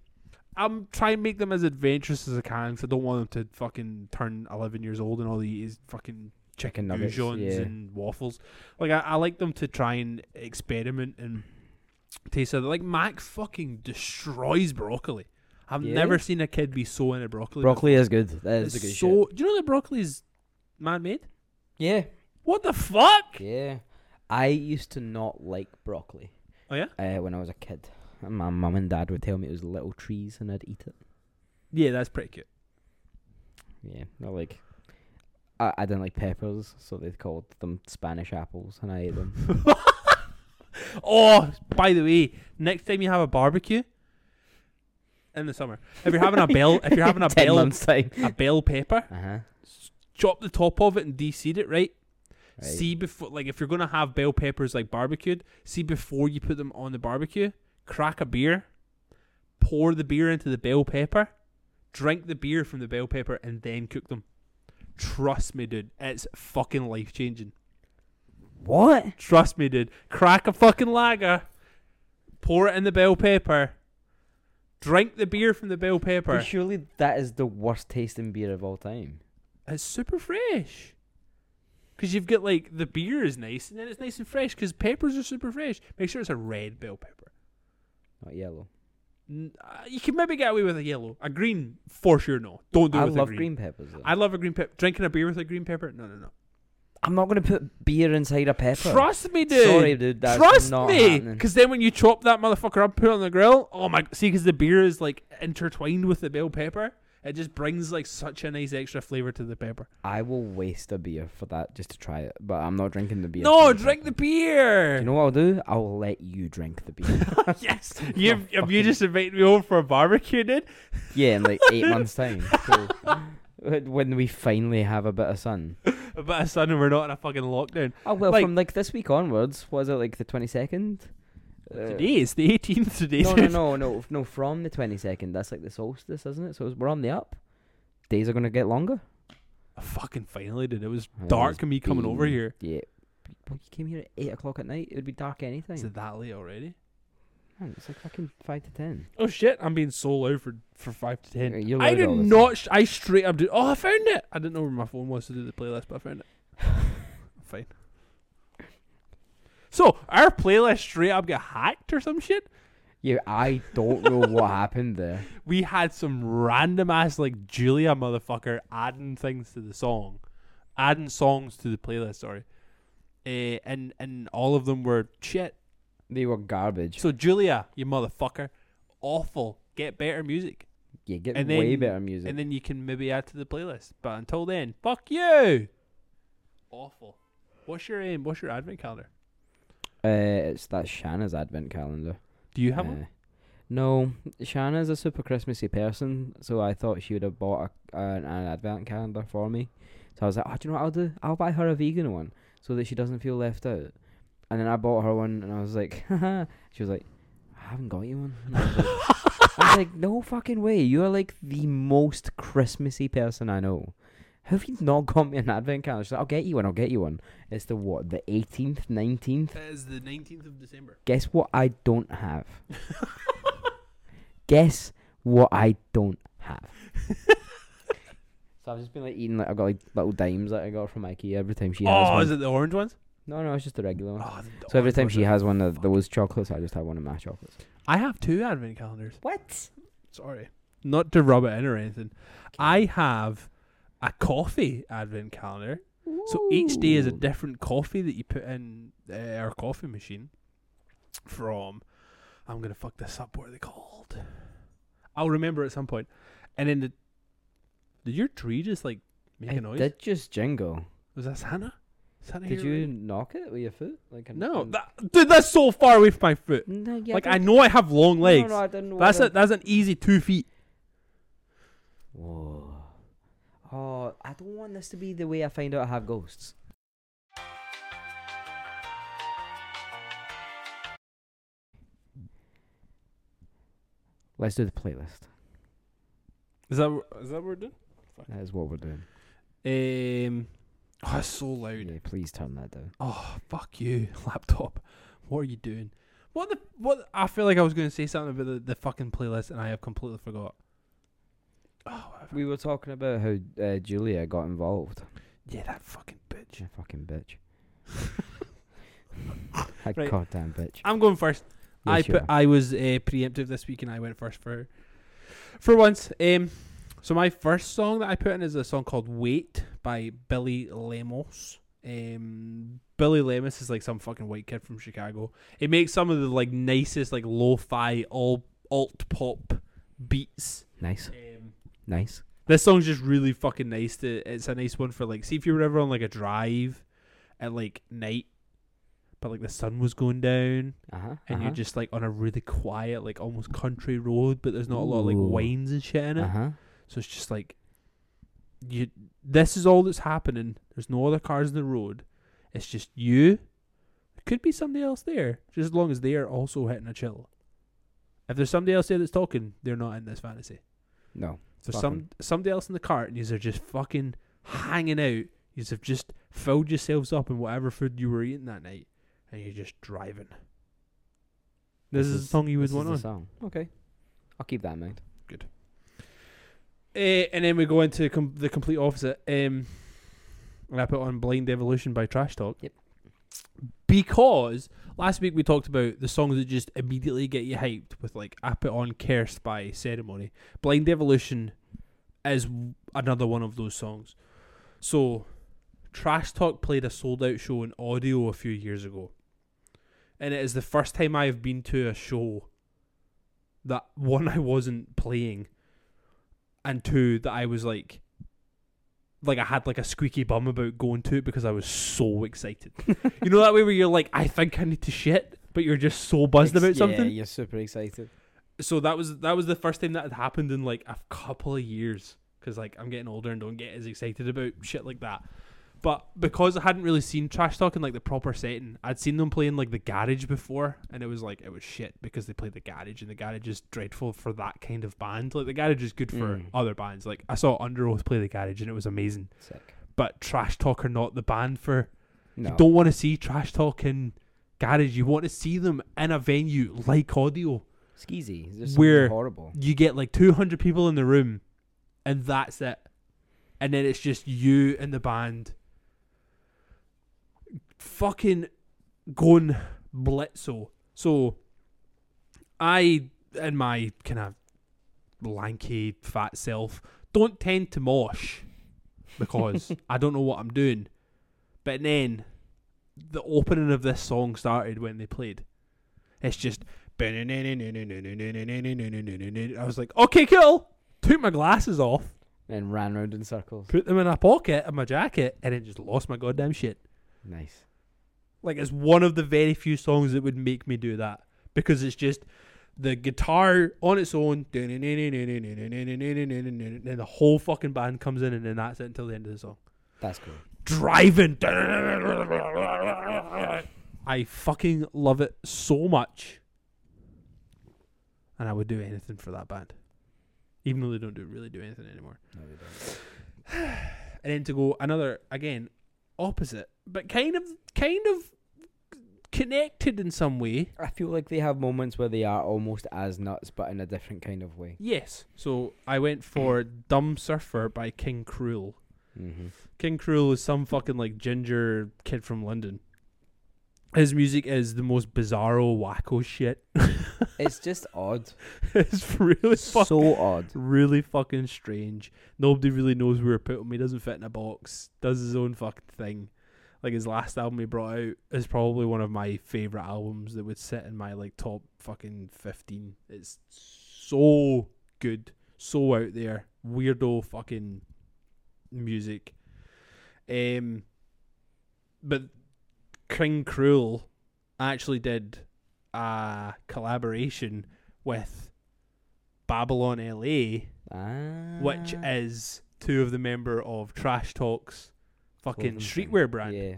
Speaker 1: I'm trying to make them as adventurous as I can because I don't want them to fucking turn 11 years old and all they eat is fucking
Speaker 2: Chicken nuggets,
Speaker 1: goujons
Speaker 2: yeah.
Speaker 1: and waffles. Like, I, I like them to try and experiment and taste other. Like, Mac fucking destroys broccoli. I've
Speaker 2: Yeah?
Speaker 1: never seen a kid be so into broccoli.
Speaker 2: Broccoli is good. That is
Speaker 1: It's
Speaker 2: a good
Speaker 1: so. Do you know that broccoli is man-made?
Speaker 2: shit.
Speaker 1: What the fuck?
Speaker 2: Yeah, yeah. I used to not like broccoli
Speaker 1: Oh yeah,
Speaker 2: uh, when I was a kid. And my mum and dad would tell me it was little trees, and I'd eat it.
Speaker 1: yeah, that's pretty cute.
Speaker 2: Yeah, I like. I, I didn't like peppers, so they called them Spanish apples, and I ate them.
Speaker 1: Oh, by the way, next time you have a barbecue in the summer, if you're having a bell, if you're having a
Speaker 2: Ten
Speaker 1: bell,
Speaker 2: months time.
Speaker 1: a bell pepper,
Speaker 2: Uh huh.
Speaker 1: chop the top of it and de-seed it, right?
Speaker 2: Right.
Speaker 1: See before, like, if you're gonna have bell peppers like barbecued, see before you put them on the barbecue. Crack a beer, pour the beer into the bell pepper, drink the beer from the bell pepper, and then cook them. Trust me, dude, it's fucking life changing.
Speaker 2: What?
Speaker 1: Trust me, dude. Crack a fucking lager, pour it in the bell pepper, drink the beer from the bell
Speaker 2: But
Speaker 1: pepper.
Speaker 2: surely that is the worst tasting beer of all time.
Speaker 1: It's super fresh. Because you've got like the beer is nice and then it's nice and fresh because peppers are super fresh. Make sure it's a red bell pepper.
Speaker 2: Not yellow.
Speaker 1: N- uh, You can maybe get away with a yellow. A green, for sure, no. Don't do it
Speaker 2: I
Speaker 1: with
Speaker 2: love
Speaker 1: a
Speaker 2: green peppers. Though.
Speaker 1: I love a green pepper. Drinking a beer with a green pepper? No, no, no.
Speaker 2: I'm not gonna put beer inside a pepper.
Speaker 1: Trust me, dude.
Speaker 2: Sorry, dude. That's
Speaker 1: Trust
Speaker 2: not
Speaker 1: me,
Speaker 2: happening.
Speaker 1: because then when you chop that motherfucker up, put it on the grill. Oh my! See, because the beer is like intertwined with the bell pepper, it just brings like such a nice extra flavor to the pepper.
Speaker 2: I will waste a beer for that just to try it, but I'm not drinking the beer.
Speaker 1: no,
Speaker 2: from the
Speaker 1: drink the
Speaker 2: pepper.
Speaker 1: beer.
Speaker 2: You know what I'll do? I'll let you drink the beer.
Speaker 1: yes, you have have you just invited me over for a barbecue, dude.
Speaker 2: yeah, in like eight months' time. So, when when we finally have a bit of sun.
Speaker 1: A bit of sun, and we're not in a fucking lockdown.
Speaker 2: Oh well,
Speaker 1: Like-
Speaker 2: from like this week onwards, was it like the Uh, twenty second?
Speaker 1: Today is the 18th. Today.
Speaker 2: No, no, no, no, no. From the twenty second, that's like the solstice, isn't it? So it's- we're on the up. Days are gonna get longer.
Speaker 1: Fucking finally, dude. It was
Speaker 2: I was
Speaker 1: dark and me coming over
Speaker 2: being-
Speaker 1: here.
Speaker 2: Yeah. Well, you came here at eight o'clock at night. It would be dark anything.
Speaker 1: Is it that late already?
Speaker 2: Man, it's like fucking five to ten.
Speaker 1: Oh shit! I'm being so loud for for five to ten.
Speaker 2: Yeah, you're
Speaker 1: I
Speaker 2: loud
Speaker 1: did
Speaker 2: all the time.
Speaker 1: not. Sh- I straight up did. Oh, I found it. I didn't know where my phone was to do the playlist, but I found it. Fine. So our playlist straight up got hacked or some shit.
Speaker 2: Yeah, I don't know what happened there.
Speaker 1: We had some random ass like Julia motherfucker adding things to the song, adding songs to the playlist. Sorry, uh, and and all of them were shit.
Speaker 2: They were garbage.
Speaker 1: So Julia, you motherfucker, awful. Get better music.
Speaker 2: Yeah, get
Speaker 1: and
Speaker 2: way
Speaker 1: then-
Speaker 2: better music.
Speaker 1: and then you can maybe add to the playlist. But until then, fuck you. Awful. What's your aim? What's your advent calendar?
Speaker 2: uh, it's that Shanna's advent calendar.
Speaker 1: Do you have one?
Speaker 2: Uh, No, Shanna's a super Christmassy person, so I thought she would have bought a, an, an advent calendar for me. So I was like, oh, do you know what I'll do? I'll buy her a vegan one so that she doesn't feel left out. And then I bought her one, and I was like, she was like, I haven't got you one. And I was like, I was like, no fucking way. You are like the most Christmassy person I know. How Have you not got me an advent calendar? She's like, I'll get you one. I'll get you one. It's the what? The 18th, 19th?
Speaker 1: That is the 19th of December.
Speaker 2: Guess what I don't have? Guess what I don't have? so I've just been like eating like I've got like little dimes that I got from IKEA every time she has
Speaker 1: oh,
Speaker 2: one.
Speaker 1: is it the orange ones?
Speaker 2: No, no, it's just the regular one.
Speaker 1: Oh, the
Speaker 2: so every
Speaker 1: orange
Speaker 2: time
Speaker 1: ones
Speaker 2: she
Speaker 1: are-
Speaker 2: has one of
Speaker 1: fucking-
Speaker 2: those chocolates, I just have one of my chocolates.
Speaker 1: I have two advent calendars.
Speaker 2: What?
Speaker 1: Sorry, not to rub it in or anything. I have a coffee advent calendar. So each day is a different coffee that you put in uh, our coffee machine. From, I'm gonna fuck this up. What are they called? I'll remember at some point. And then the, did your tree just like make a
Speaker 2: It
Speaker 1: noise?
Speaker 2: did just jingle.
Speaker 1: Was that Santa? Santa
Speaker 2: Did
Speaker 1: here
Speaker 2: you
Speaker 1: already?
Speaker 2: knock it with your foot? Like an-
Speaker 1: No,
Speaker 2: an-
Speaker 1: that, dude, that's so far away from my foot.
Speaker 2: no yeah,
Speaker 1: like
Speaker 2: but-
Speaker 1: I know I have long
Speaker 2: No,
Speaker 1: legs.
Speaker 2: No, I didn't know
Speaker 1: that's a,
Speaker 2: what
Speaker 1: that's an easy two feet.
Speaker 2: Whoa. Oh, I don't want this to be the way I find out I have ghosts. Let's do the playlist.
Speaker 1: Is that is that what we're doing?
Speaker 2: That is what we're doing.
Speaker 1: Um, oh, that's so loud.
Speaker 2: Yeah, please turn that down.
Speaker 1: Oh, fuck you, laptop. What are you doing? What the what? I feel like I was going to say something about the, the fucking playlist, and I have completely forgot. Oh, whatever.
Speaker 2: We were talking about how uh, Julia got involved.
Speaker 1: yeah, that fucking bitch.
Speaker 2: You fucking bitch. that
Speaker 1: Right.
Speaker 2: goddamn bitch.
Speaker 1: I'm going first. I
Speaker 2: Yes, you
Speaker 1: put,
Speaker 2: are.
Speaker 1: I was uh, preemptive this week, and I went first for for once. Um, so my first song that I put in is a song called "Wait" by Billy Lemos. Um, Billy Lemos is like some fucking white kid from Chicago. It makes some of the like nicest like lo-fi all alt pop beats.
Speaker 2: nice,
Speaker 1: Um,
Speaker 2: nice.
Speaker 1: this song's just really fucking nice. To, it's a nice one for like, see if you were ever on like a drive at like night, but like the sun was going down
Speaker 2: Uh huh.
Speaker 1: and you're just like on a really quiet, like almost country road, but there's not a lot of like
Speaker 2: Ooh.
Speaker 1: wines and shit in it.
Speaker 2: Uh huh.
Speaker 1: So it's just like you. This is all that's happening. There's no other cars in the road. It's just you. Could be somebody else there, just as long as they are also hitting a chill. If there's somebody else there that's talking, they're not in this fantasy.
Speaker 2: No.
Speaker 1: If there's
Speaker 2: Fuck
Speaker 1: some somebody else in the car, and you are just fucking hanging out. You have just filled yourselves up in whatever food you were eating that night, and you're just driving. This, is, the song you would
Speaker 2: this is
Speaker 1: want
Speaker 2: the
Speaker 1: on.
Speaker 2: Song. Okay, I'll keep that in mind.
Speaker 1: Uh, and then we go into com- the complete opposite. Um, and I put on Blind Evolution by Trash Talk.
Speaker 2: Yep.
Speaker 1: Because last week we talked about the songs that just immediately get you hyped with like I put on Cursed by Ceremony. Blind Evolution is w- another one of those songs. So Trash Talk played a sold out show in audio a few years ago. And it is the first time I have been to a show that one I wasn't playing and two that I was like like I had like a squeaky bum about going to it because I was so excited. you know that way where you're like, I think I need to shit, but you're just so buzzed
Speaker 2: Ex-
Speaker 1: about something.
Speaker 2: Yeah, you're super excited.
Speaker 1: So that was that was the first time that had happened in like a couple of years because like I'm getting older and don't get as excited about shit like that. But because I hadn't really seen Trash Talk in like the proper setting, I'd seen them playing like the garage before, and it was like it was shit because they played the garage, and the garage is dreadful for that kind of band. Like the garage is good for
Speaker 2: Mm.
Speaker 1: other bands. Like I saw Under Oath play the garage, and it was amazing.
Speaker 2: Sick.
Speaker 1: But Trash Talk are not the band for.
Speaker 2: No.
Speaker 1: You don't want to see Trash Talk in garage. You want to see them in a venue like Audio
Speaker 2: Skeezy. There's something
Speaker 1: We're-
Speaker 2: horrible.
Speaker 1: you get like 200 people in the room and that's it and then it's just you and the band fucking going blitzo so i in my kind of lanky fat self don't tend to mosh because i don't know what i'm doing but then the opening of this song started when they played it's just I was like, okay, cool. Took my glasses off,
Speaker 2: And ran round in circles.
Speaker 1: put them in a pocket of my jacket, and then just lost my goddamn shit.
Speaker 2: Nice.
Speaker 1: Like, it's one of the very few songs that would make me do that because it's just the guitar on its own, and the whole fucking band comes in, and then that's it until the end of the song.
Speaker 2: That's cool.
Speaker 1: driving. I fucking love it so much. And I would do anything for that band. Even though they don't do really do anything anymore.
Speaker 2: No, we don't.
Speaker 1: And then to go another again, opposite, but kind of kind of connected in some way.
Speaker 2: I feel like they have moments where they are almost as nuts, but in a different kind of way.
Speaker 1: Yes. So I went for Dumb Surfer by King Cruel.
Speaker 2: Mm-hmm.
Speaker 1: King Cruel is some fucking like ginger kid from London. His music is the most bizarro, wacko shit.
Speaker 2: It's just odd.
Speaker 1: it's really fuck,
Speaker 2: so odd.
Speaker 1: really fucking strange. Nobody really knows where to put him. He doesn't fit in a box. Does his own fucking thing. Like his last album he brought out is probably one of my favorite albums that would sit in my like top fucking fifteen. It's so good, so out there, weirdo fucking music. Um, but King Cruel actually did a collaboration with Babylon LA,
Speaker 2: Ah.
Speaker 1: which is two of the member of Trash Talks fucking
Speaker 2: Clothing
Speaker 1: streetwear brand.
Speaker 2: Yeah.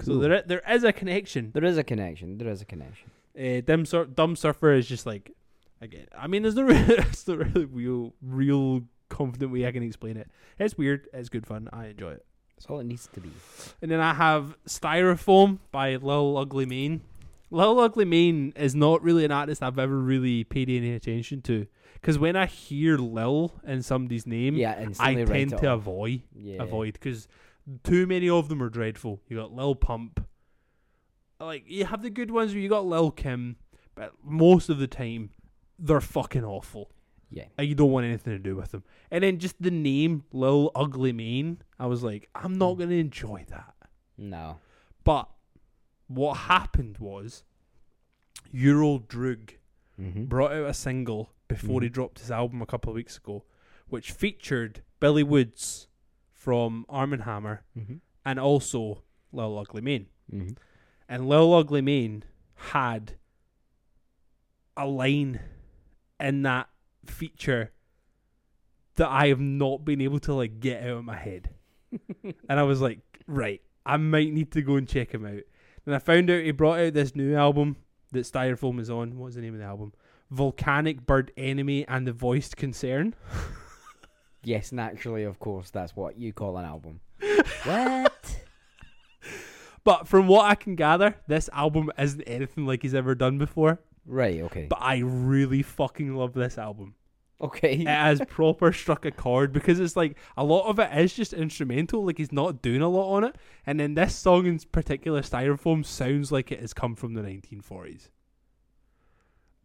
Speaker 1: So there i- there is a connection.
Speaker 2: There is a connection. There is a connection.
Speaker 1: Uh, Dumb, Sur- Dumb Surfer is just like again. I mean, there's no re- it's the really real real confident way I can explain it. It's weird. It's good fun. I enjoy it.
Speaker 2: That's all it needs to be.
Speaker 1: And then I have Styrofoam by Lil Ugly Mane. Lil Ugly Mane is not really an artist I've ever really paid any attention to. Because when I hear Lil in somebody's name,
Speaker 2: Yeah,
Speaker 1: I
Speaker 2: instantly
Speaker 1: tend
Speaker 2: write it
Speaker 1: to
Speaker 2: off.
Speaker 1: avoid
Speaker 2: yeah.
Speaker 1: avoid because too many of them are dreadful. You got Lil Pump, like you have the good ones where you got Lil Kim, but most of the time they're fucking awful.
Speaker 2: Yeah.
Speaker 1: and you don't want anything to do with them. And then just the name Lil Ugly Mane, I was like, I'm
Speaker 2: Mm.
Speaker 1: not gonna enjoy that.
Speaker 2: No.
Speaker 1: But what happened was, Ural Droog
Speaker 2: Mm-hmm.
Speaker 1: brought out a single before he
Speaker 2: Mhm.
Speaker 1: dropped his album a couple of weeks ago, which featured Billy Woods from Arm and Hammer
Speaker 2: Mm-hmm.
Speaker 1: and also Lil Ugly Mane.
Speaker 2: Mm-hmm.
Speaker 1: And Lil Ugly Mane had a line in that feature that I have not been able to like get out of my head. and I was like, right, I might need to go and check him out. And I found out he brought out this new album that Styrofoam is on. What's the name of the album? Volcanic Bird Enemy and the Voiced Concern.
Speaker 2: Yes, naturally, of course, that's what you call an album. what?
Speaker 1: But from what I can gather, this album isn't anything like he's ever done before.
Speaker 2: Right. Okay.
Speaker 1: But I really fucking love this album.
Speaker 2: okay.
Speaker 1: It has proper struck a chord because it's like a lot of it is just instrumental, like he's not doing a lot on it. And then this song in particular, Styrofoam, sounds like it has come from the 1940s.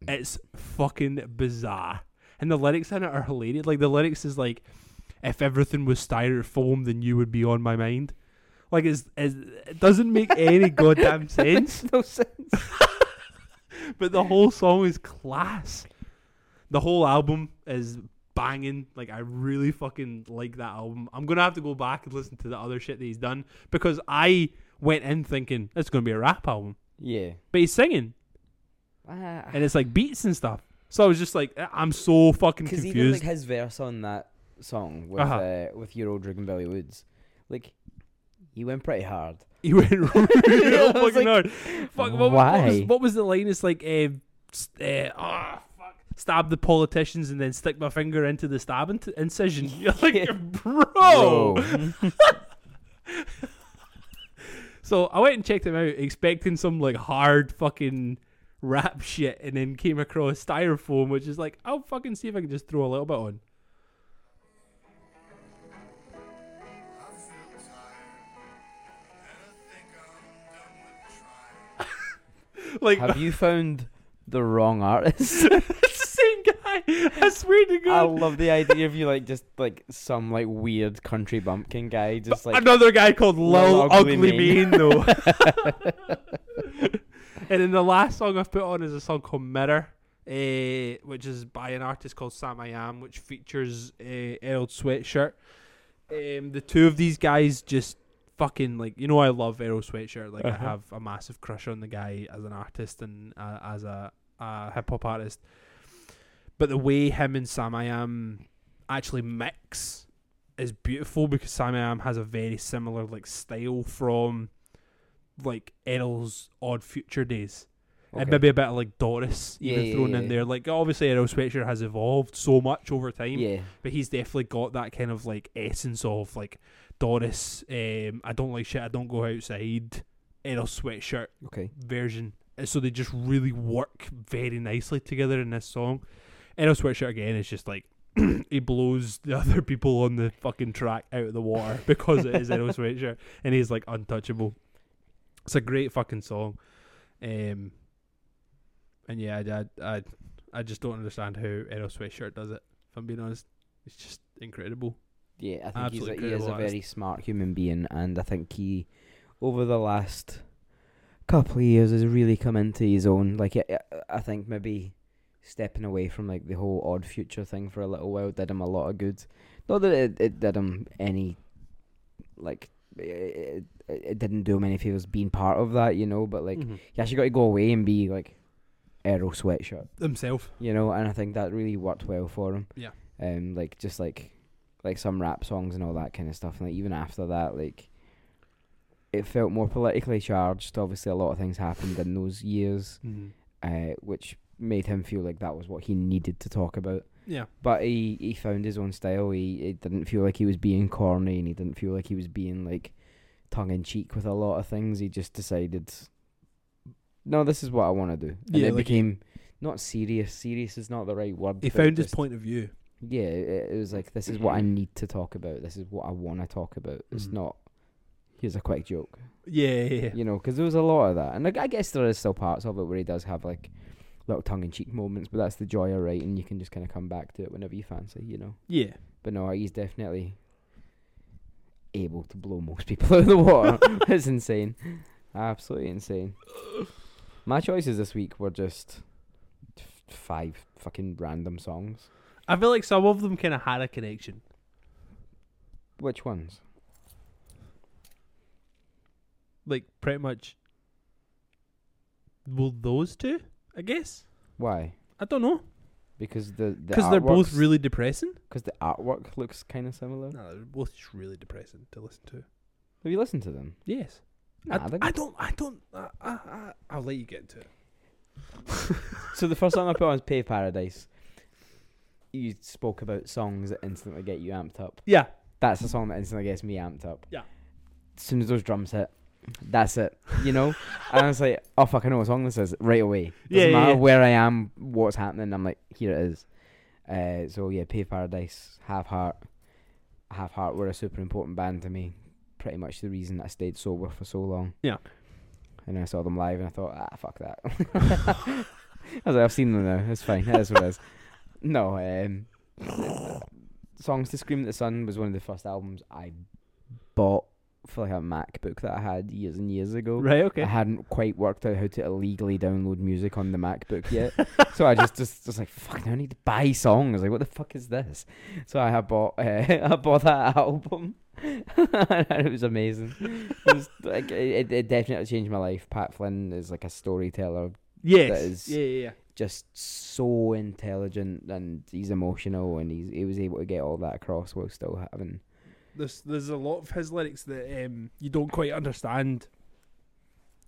Speaker 1: It's fucking bizarre. And the lyrics in it are hilarious. Like the lyrics is like, if everything was styrofoam, then you would be on my mind. Like it's, it's, it doesn't make any goddamn sense
Speaker 2: no sense.
Speaker 1: but the whole song is class. The whole album is banging. Like I really fucking like that album. I'm gonna have to go back and listen to the other shit that he's done because I went in thinking it's gonna be a rap album,
Speaker 2: Yeah.
Speaker 1: but he's singing
Speaker 2: Ah.
Speaker 1: and it's like beats and stuff. So I was just like, I- I'm so fucking
Speaker 2: Because even
Speaker 1: confused.
Speaker 2: like his verse on that song with uh
Speaker 1: Uh-huh.
Speaker 2: with Euro Drug and Billy Woods, like he went pretty hard.
Speaker 1: he went real
Speaker 2: was
Speaker 1: fucking
Speaker 2: like,
Speaker 1: hard. Fuck, what, What was,
Speaker 2: Why?
Speaker 1: what was the line? It's like, uh, s- uh, ah, fuck. Stab the politicians and then stick my finger into the stab in- incision. You're like,
Speaker 2: Yeah.
Speaker 1: bro.
Speaker 2: Whoa.
Speaker 1: So I went and checked him out, expecting some like hard fucking rap shit, and then came across Styrofoam, which is like, I'll fucking see if I can just throw a little bit on.
Speaker 3: I feel tired, and I think I'm done with trying.
Speaker 1: Like,
Speaker 2: Have you found the wrong artist?
Speaker 1: it's the same guy. I swear to
Speaker 2: I
Speaker 1: God.
Speaker 2: love the idea of you like just like some like weird country bumpkin guy just like
Speaker 1: Another guy called Lil Ugly,
Speaker 2: Ugly
Speaker 1: Mane,
Speaker 2: Mane.
Speaker 1: though. and then the last song I've put on is a song called Mirror, eh, which is by an artist called Sam I Am, which features uh, Errol Sweatshirt. Um, the two of these guys just fucking like you know I love Errol Sweatshirt. Like
Speaker 2: Uh-huh.
Speaker 1: I have a massive crush on the guy as an artist and uh, as a, a hip hop artist. But the way him and Sam I Am actually mix is beautiful because Sam I Am has a very similar like style from like Errol's Odd Future days. And maybe a bit of like Doris even
Speaker 2: Yeah, yeah,
Speaker 1: thrown in
Speaker 2: yeah.
Speaker 1: there. Like obviously Errol Sweatshirt has evolved so much over time.
Speaker 2: yeah,
Speaker 1: But he's definitely got that kind of like essence of like Doris, um, I don't like shit, I don't go outside, Errol Sweatshirt
Speaker 2: okay,
Speaker 1: version. And So they just really work very nicely together in this song. Errol Sweatshirt again is just like he blows the other people on the fucking track out of the water because it is Errol Sweatshirt and he's like untouchable. It's a great fucking song. Um and yeah, I I I, I just don't understand how Errol Sweatshirt does it, if I'm being honest. It's just incredible.
Speaker 2: yeah. I think
Speaker 1: Absolute
Speaker 2: he's a, he is
Speaker 1: incredible
Speaker 2: a
Speaker 1: artist.
Speaker 2: very smart human being, and I think he, over the last couple of years, has really come into his own. Like, I, I think maybe stepping away from like the whole odd future thing for a little while did him a lot of good. Not that it, it did him any, like, it, it, it didn't do him any favors being part of that, you know. But
Speaker 1: Mm-hmm.
Speaker 2: like, he actually got to go away and be like Errol Sweatshirt.
Speaker 1: himself.
Speaker 2: you know, and I think that really worked well for him.
Speaker 1: Yeah.
Speaker 2: Um, like just like, like some rap songs and all that kind of stuff, and like even after that, like, it felt more politically charged. Obviously, a lot of things happened in those years, uh, which made him feel like that was what he needed to talk about.
Speaker 1: Yeah.
Speaker 2: But he he found his own style. He it didn't feel like he was being corny, and he didn't feel like he was being like tongue in cheek with a lot of things. He just decided, no, this is what I want to do, and
Speaker 1: Yeah,
Speaker 2: it
Speaker 1: like he-
Speaker 2: became not serious. Serious is not the right word.
Speaker 1: He
Speaker 2: but
Speaker 1: found his
Speaker 2: just-
Speaker 1: point of view.
Speaker 2: Yeah, it, it was like this is what I need to talk about. This is what I want to talk about. It's
Speaker 1: Mhm.
Speaker 2: not. Here's a quick joke
Speaker 1: Yeah, yeah, yeah.
Speaker 2: you know, because there was a lot of that, and like, I guess there is still parts of it where he does have like little tongue in cheek moments, but that's the joy of writing. You can just kind of come back to it whenever you fancy, you know.
Speaker 1: yeah.
Speaker 2: But no, he's definitely able to blow most people out of the water. it's insane, absolutely insane. My choices this week were just f- five fucking random songs.
Speaker 1: I feel like some of them kind of had a connection.
Speaker 2: Which ones?
Speaker 1: Like pretty much. Well, those two, I guess.
Speaker 2: Why?
Speaker 1: I don't know
Speaker 2: Because the
Speaker 1: because
Speaker 2: because
Speaker 1: they're both really depressing.
Speaker 2: because the artwork looks kind of similar.
Speaker 1: No, they're both just really depressing to listen to.
Speaker 2: Have you listened to them?
Speaker 1: Yes,
Speaker 2: Nah,
Speaker 1: I,
Speaker 2: they're
Speaker 1: I don't. I don't. I, I, I, I'll let you get into it.
Speaker 2: So the first song I put on is Pay Paradise. You spoke about songs that instantly get you amped up.
Speaker 1: Yeah,
Speaker 2: That's a song that instantly gets me amped up.
Speaker 1: Yeah.
Speaker 2: As soon as those drums hit, that's it. You know? and I was like, oh fuck, I know what song this is right away.
Speaker 1: Yeah,
Speaker 2: Doesn't
Speaker 1: yeah,
Speaker 2: matter
Speaker 1: yeah.
Speaker 2: where I am, what's happening, I'm like, here it is. Uh, so yeah, Pay Paradise, Half Heart. Half Heart were a super important band to me. Pretty much the reason I stayed sober for so long.
Speaker 1: Yeah.
Speaker 2: And I saw them live and I thought, ah, fuck that. I was like, I've seen them now. It's fine. That's what it is. No, um, Songs to Scream at the Sun was one of the first albums I bought for like a MacBook that I had years and years ago.
Speaker 1: right. Okay.
Speaker 2: I hadn't quite worked out how to illegally download music on the MacBook yet, so I just just was like, "Fuck! Now I need to buy songs." Like, what the fuck is this? So I had bought uh, I bought that album, and it was amazing. It, was, like, it, it definitely changed my life. Pat Flynn is like a storyteller,
Speaker 1: yes.
Speaker 2: is-
Speaker 1: yeah, yeah, yeah.
Speaker 2: just so intelligent, and he's emotional, and he's he was able to get all that across while still having
Speaker 1: There's there's a lot of his lyrics that um you don't quite understand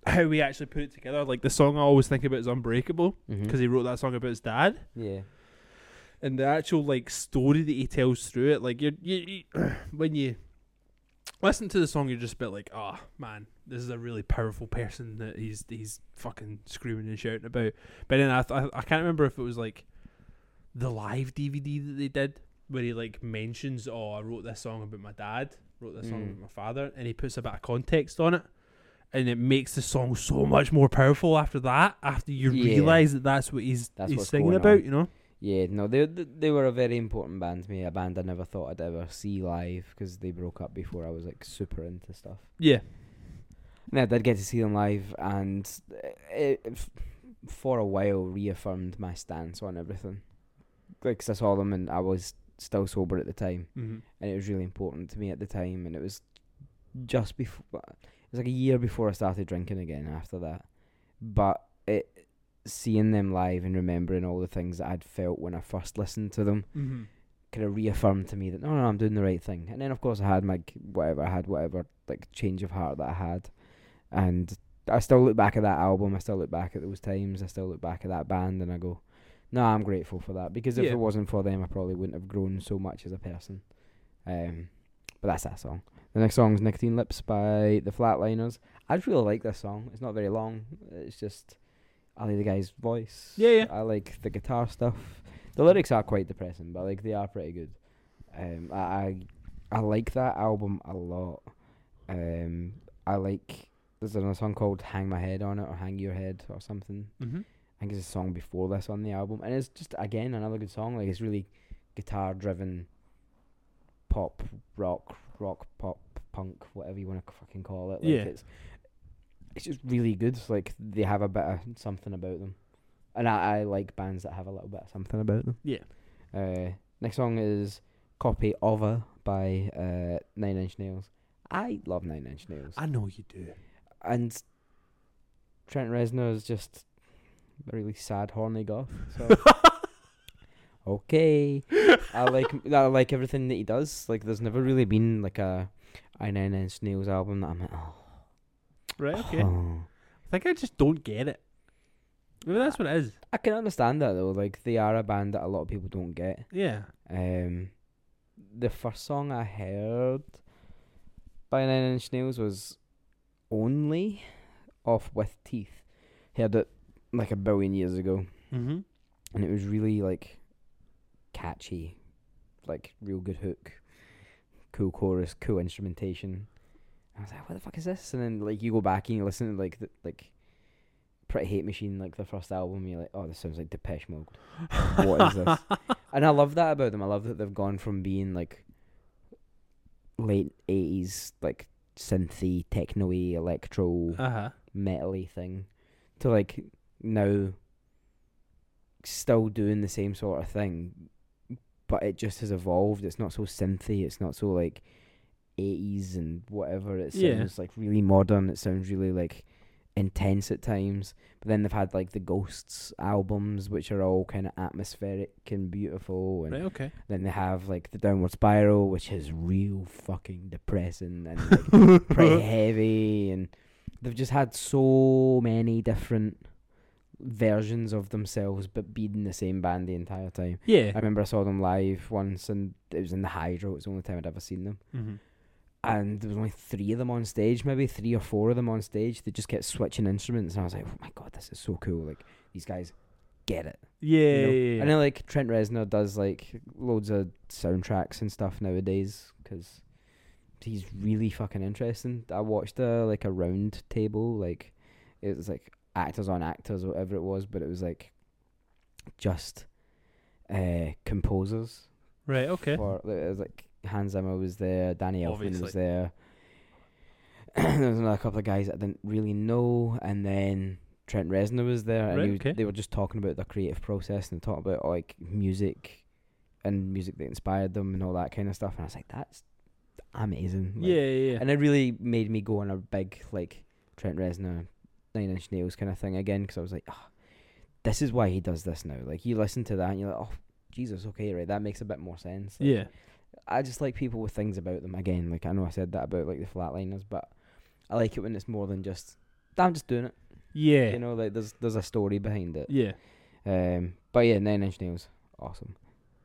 Speaker 1: how he actually put it together. Like the song I always think about is Unbreakable because he wrote that song about his dad.
Speaker 2: yeah
Speaker 1: and the actual like story that he tells through it, like you're, you, you when you listen to the song, you're just a bit like, oh man, this is a really powerful person that he's he's fucking screaming and shouting about. But then I th- I, I can't remember if it was like the live DVD that they did where he like mentions, oh, I wrote this song about my dad, wrote this song
Speaker 2: Mm.
Speaker 1: about my father, and he puts a bit of context on it. And it makes the song so much more powerful after that. After you
Speaker 2: Yeah.
Speaker 1: realize that that's what he's
Speaker 2: That's
Speaker 1: he's
Speaker 2: what's
Speaker 1: singing
Speaker 2: going
Speaker 1: about,
Speaker 2: on.
Speaker 1: you know.
Speaker 2: Yeah, no, they th- they were a very important band to me. A band I never thought I'd ever see live because they broke up before I was like super into stuff.
Speaker 1: Yeah,
Speaker 2: And I did get to see them live, and it, it f- for a while reaffirmed my stance on everything. Like, 'cause I saw them and I was still sober at the time,
Speaker 1: Mm-hmm.
Speaker 2: and it was really important to me at the time, and it was just before it was like a year before I started drinking again after that. But it seeing them live and remembering all the things that I'd felt when I first listened to them
Speaker 1: Mm-hmm.
Speaker 2: kind of reaffirmed to me that no, no, I'm doing the right thing. And then of course I had my g- whatever I had, whatever like change of heart that I had, and I still look back at that album. I still look back at those times. I still look back at that band, and I go, no, I'm grateful for that because if
Speaker 1: Yeah.
Speaker 2: it wasn't for them, I probably wouldn't have grown so much as a person. Um, but that's that song. The next song is "Nicotine Lips" by the Flatliners. I just really like this song. It's not very long. It's just I like the guy's voice.
Speaker 1: Yeah, yeah.
Speaker 2: I like the guitar stuff. The lyrics are quite depressing, but like they are pretty good. Um, I I, I like that album a lot. Um, I like there's another song called "Hang My Head" on it or "Hang Your Head" or something.
Speaker 1: Mm-hmm.
Speaker 2: I think it's a song before this on the album, and it's just again another good song. Like it's really guitar driven, pop, rock, rock, pop, punk, whatever you want to fucking call it. Like
Speaker 1: Yeah.
Speaker 2: it's it's just really good. It's Like they have a bit of something about them, and I, I like bands that have a little bit of something about them.
Speaker 1: Yeah.
Speaker 2: Uh, next song is "Copy Over" by uh, Nine Inch Nails. I love Nine Inch Nails
Speaker 1: I know you do.
Speaker 2: and Trent Reznor is just a really sad, horny goth. So okay, I like I like everything that he does. Like, there's never really been like a I Nine Inch Nails album that I'm like, oh,
Speaker 1: Right, okay.
Speaker 2: oh.
Speaker 1: I think I just don't get it. Maybe that's what it is.
Speaker 2: I can understand that though. Like, they are a band that a lot of people don't get.
Speaker 1: Yeah.
Speaker 2: Um, the first song I heard by Nine Inch Nails was "Only" off with Teeth. Heard it like a billion years ago.
Speaker 1: Mm-hmm.
Speaker 2: and it was really like catchy, like real good hook, cool chorus, cool instrumentation. I was like, "What the fuck is this?" And then like you go back and you listen to like the, like Pretty Hate Machine, like the first album, you're like, "Oh, this sounds like Depeche Mode." What is this? And I love that about them. I love that they've gone from being like late eighties, like synthy, techno-y, electro
Speaker 1: Uh huh.
Speaker 2: metally thing to like now still doing the same sort of thing but it just has evolved it's not so synthy it's not so like 80s and whatever it sounds
Speaker 1: Yeah.
Speaker 2: like really modern it sounds really like intense at times but then they've had like the ghosts albums which are all kind of atmospheric and beautiful and
Speaker 1: Right, okay.
Speaker 2: then they have like the downward spiral which is real fucking depressing and like, pretty heavy and they've just had so many different versions of themselves but being the same band the entire time. I
Speaker 1: Yeah.
Speaker 2: remember I saw them live once and it was in the Hydro, it was the only time I'd ever seen them.
Speaker 1: Mm-hmm.
Speaker 2: And there was only three of them on stage, maybe three or four of them on stage. They just kept switching instruments and I was like, Oh my god, this is so cool. Like these guys get it.
Speaker 1: Yeah.
Speaker 2: you know?
Speaker 1: yeah, yeah.
Speaker 2: I know like Trent Reznor does like loads of soundtracks and stuff nowadays because he's really fucking interesting. I watched a like a round table like it was like actors on actors or whatever it was, but it was like just uh composers
Speaker 1: Right, okay.
Speaker 2: for uh, it was like Hans Zimmer was there, Danny Elfman
Speaker 1: Obviously.
Speaker 2: was there. there was another couple of guys that I didn't really know, and then Trent Reznor was there, and
Speaker 1: Right,
Speaker 2: he was,
Speaker 1: okay.
Speaker 2: they were just talking about their creative process and talking about like music and music that inspired them and all that kind of stuff. And I was like, that's amazing. Like,
Speaker 1: yeah, yeah, yeah.
Speaker 2: and it really made me go on a big like Trent Reznor, Nine Inch Nails kind of thing again because I was like, oh, this is why he does this now. Like you listen to that and you're like, oh Jesus, okay, right, that makes a bit more sense. Like,
Speaker 1: yeah.
Speaker 2: I just like people with things about them again. Like I know I said that about like the flatliners, but I like it when it's more than just I'm just doing it.
Speaker 1: Yeah.
Speaker 2: You know, like there's there's a story behind it.
Speaker 1: yeah.
Speaker 2: Um, but yeah, Nine Inch Nails, awesome.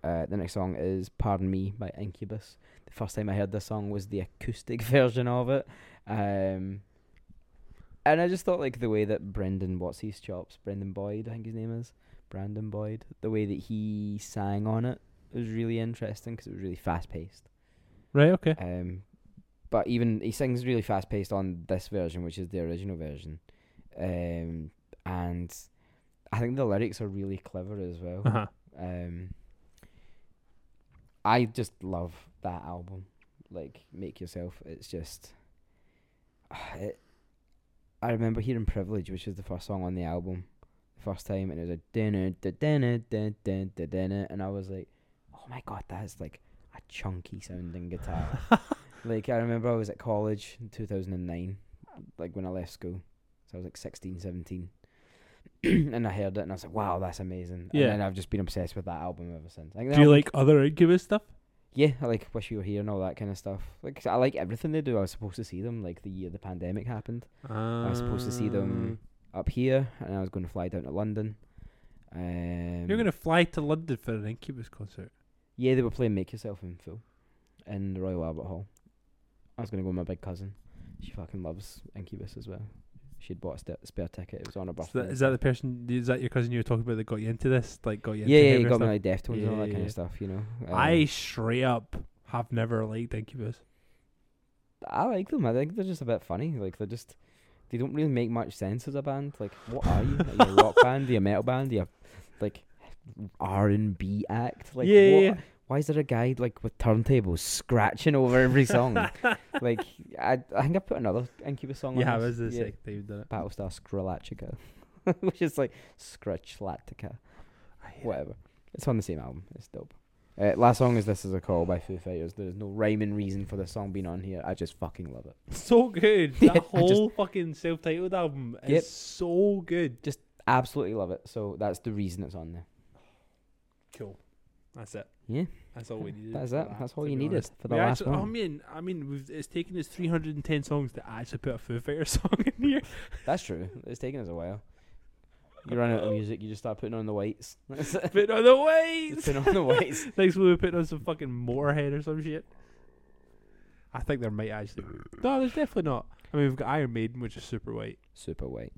Speaker 2: Uh, the next song is "Pardon Me" by Incubus. The first time I heard this song was the acoustic version of it, um, and I just thought like the way that Brendan what's his chops, Brendan Boyd, I think his name is Brandon Boyd, the way that he sang on it was really interesting because it was really fast paced.
Speaker 1: Right, okay.
Speaker 2: Um, but even he sings really fast paced on this version, which is the original version. Um, and I think the lyrics are really clever as well.
Speaker 1: Uh huh.
Speaker 2: Um, I just love that album. Like Make Yourself, it's just. ah, It, I remember hearing Privilege, which is the first song on the album, the first time, and it was a dinner, dinner, dinner, dinner, and I was like, oh my god, that's like a chunky sounding guitar. like I remember I was at college in 2009, like when I left school, so I was like 16, 17. and I heard it and I was like, wow, that's amazing.
Speaker 1: Yeah.
Speaker 2: And then I've just been obsessed with that album ever since. Like, the
Speaker 1: Do you
Speaker 2: album-
Speaker 1: like other Incubus stuff?
Speaker 2: Yeah, I like Wish You Were Here and all that kind of stuff. Like 'cause I like everything they do. I was supposed to see them like the year the pandemic happened. I was supposed to see
Speaker 1: Um,
Speaker 2: them up here, and I was going to fly down to London. Um,
Speaker 1: You're gonna fly to London for an Incubus concert.
Speaker 2: Yeah, they were playing Make Yourself in full in the Royal Albert Hall. I was gonna go with my big cousin. She fucking loves Incubus as well. She'd bought a st- spare ticket. It was on her
Speaker 1: Is
Speaker 2: birthday.
Speaker 1: that, is that the person? Is that your cousin you were talking about that got you into this? Like got you? into
Speaker 2: yeah, yeah,
Speaker 1: heavier
Speaker 2: you got me
Speaker 1: stuff?
Speaker 2: like Deftones and all
Speaker 1: Yeah,
Speaker 2: that kind
Speaker 1: yeah.
Speaker 2: of stuff. You know.
Speaker 1: I
Speaker 2: Um,
Speaker 1: straight up have never liked Incubus.
Speaker 2: I like them. I think they're just a bit funny. Like they're just they don't really make much sense as a band. Like what are you? Are you a rock band? Are you a metal band? Are you a, like R and B act? Like
Speaker 1: yeah,
Speaker 2: what?
Speaker 1: yeah.
Speaker 2: Why is there a guy like with turntables scratching over every song? like I, I think I put another Incubus song.
Speaker 1: yeah,
Speaker 2: on
Speaker 1: was
Speaker 2: this.
Speaker 1: the second time you've done it.
Speaker 2: Battlestar Skrillatica, which is like Scratchlatica,
Speaker 1: I hate it.
Speaker 2: whatever. It's on the same album. It's dope. Uh, last song is "This Is a Call" by Foo Fighters. There's no rhyme and reason for the song being on here. I just fucking love it.
Speaker 1: So good.
Speaker 2: Yeah, I
Speaker 1: That
Speaker 2: just-
Speaker 1: whole fucking self-titled album
Speaker 2: Yep.
Speaker 1: is so good.
Speaker 2: Absolutely love it. So that's the reason it's on there.
Speaker 1: Cool. That's it.
Speaker 2: Yeah.
Speaker 1: That's all we needed.
Speaker 2: That's
Speaker 1: for
Speaker 2: it.
Speaker 1: that,
Speaker 2: That's all
Speaker 1: to
Speaker 2: you
Speaker 1: be
Speaker 2: needed
Speaker 1: honest.
Speaker 2: for the
Speaker 1: We
Speaker 2: last
Speaker 1: actually- I oh,
Speaker 2: one.
Speaker 1: mean, I mean, we've, it's taken us 310 songs to actually put a Foo Fighters song in here.
Speaker 2: That's true. It's taken us a while. You run out of music. You just start putting on the weights. That's it.
Speaker 1: Put on the weights.
Speaker 2: Just put on the weights.
Speaker 1: Next we'll be putting on some fucking Motorhead or some shit. I think there might actually. No, there's definitely not. I mean, we've got Iron Maiden, which is super white.
Speaker 2: Super weight.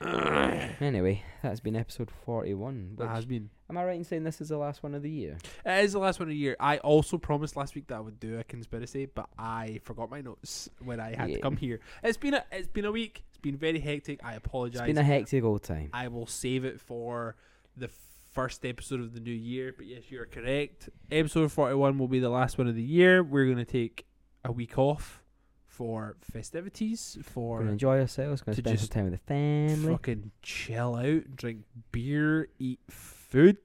Speaker 1: that
Speaker 2: Anyway, that's been episode forty-one. Which,
Speaker 1: has been.
Speaker 2: am I right in saying this is the last one of the year?
Speaker 1: It is the last one of the year. I also promised last week that I would do a conspiracy, but I forgot my notes when I had
Speaker 2: Yeah.
Speaker 1: to come here. It's been a it's been a week. It's been very hectic. I
Speaker 2: It's
Speaker 1: apologize.
Speaker 2: been a hectic old time.
Speaker 1: I will save it for the first episode of the new year. But yes, you are correct. Episode 41 will be the last one of the year. We're going to take a week off for festivities,
Speaker 2: We're gonna
Speaker 1: for
Speaker 2: enjoy ourselves. Gonna
Speaker 1: to
Speaker 2: spend some
Speaker 1: just
Speaker 2: time with the family.
Speaker 1: fucking chill out, drink beer, eat food,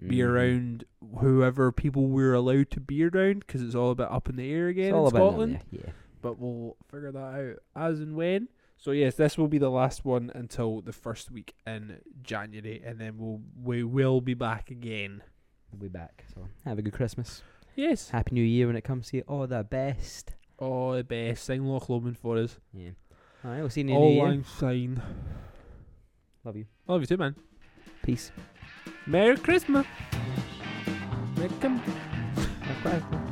Speaker 1: be
Speaker 2: Mm.
Speaker 1: around whoever people we're allowed to be around because it's all about up in the air again
Speaker 2: It's
Speaker 1: in
Speaker 2: all about
Speaker 1: Scotland
Speaker 2: them, yeah.
Speaker 1: but we'll figure that out as and when. So yes, this will be the last one until the first week in January, and then we'll we will be back again.
Speaker 2: We'll be back. So have a good Christmas.
Speaker 1: Yes.
Speaker 2: Happy New Year when it comes to you. All the best.
Speaker 1: Oh, the best. Sing Loch Lomond for us.
Speaker 2: Yeah. All right. We'll see you in the
Speaker 1: All
Speaker 2: new year.
Speaker 1: line sign.
Speaker 2: Love you.
Speaker 1: Love you too, man.
Speaker 2: Peace.
Speaker 1: Merry Christmas. Merry Christmas.
Speaker 2: Bye.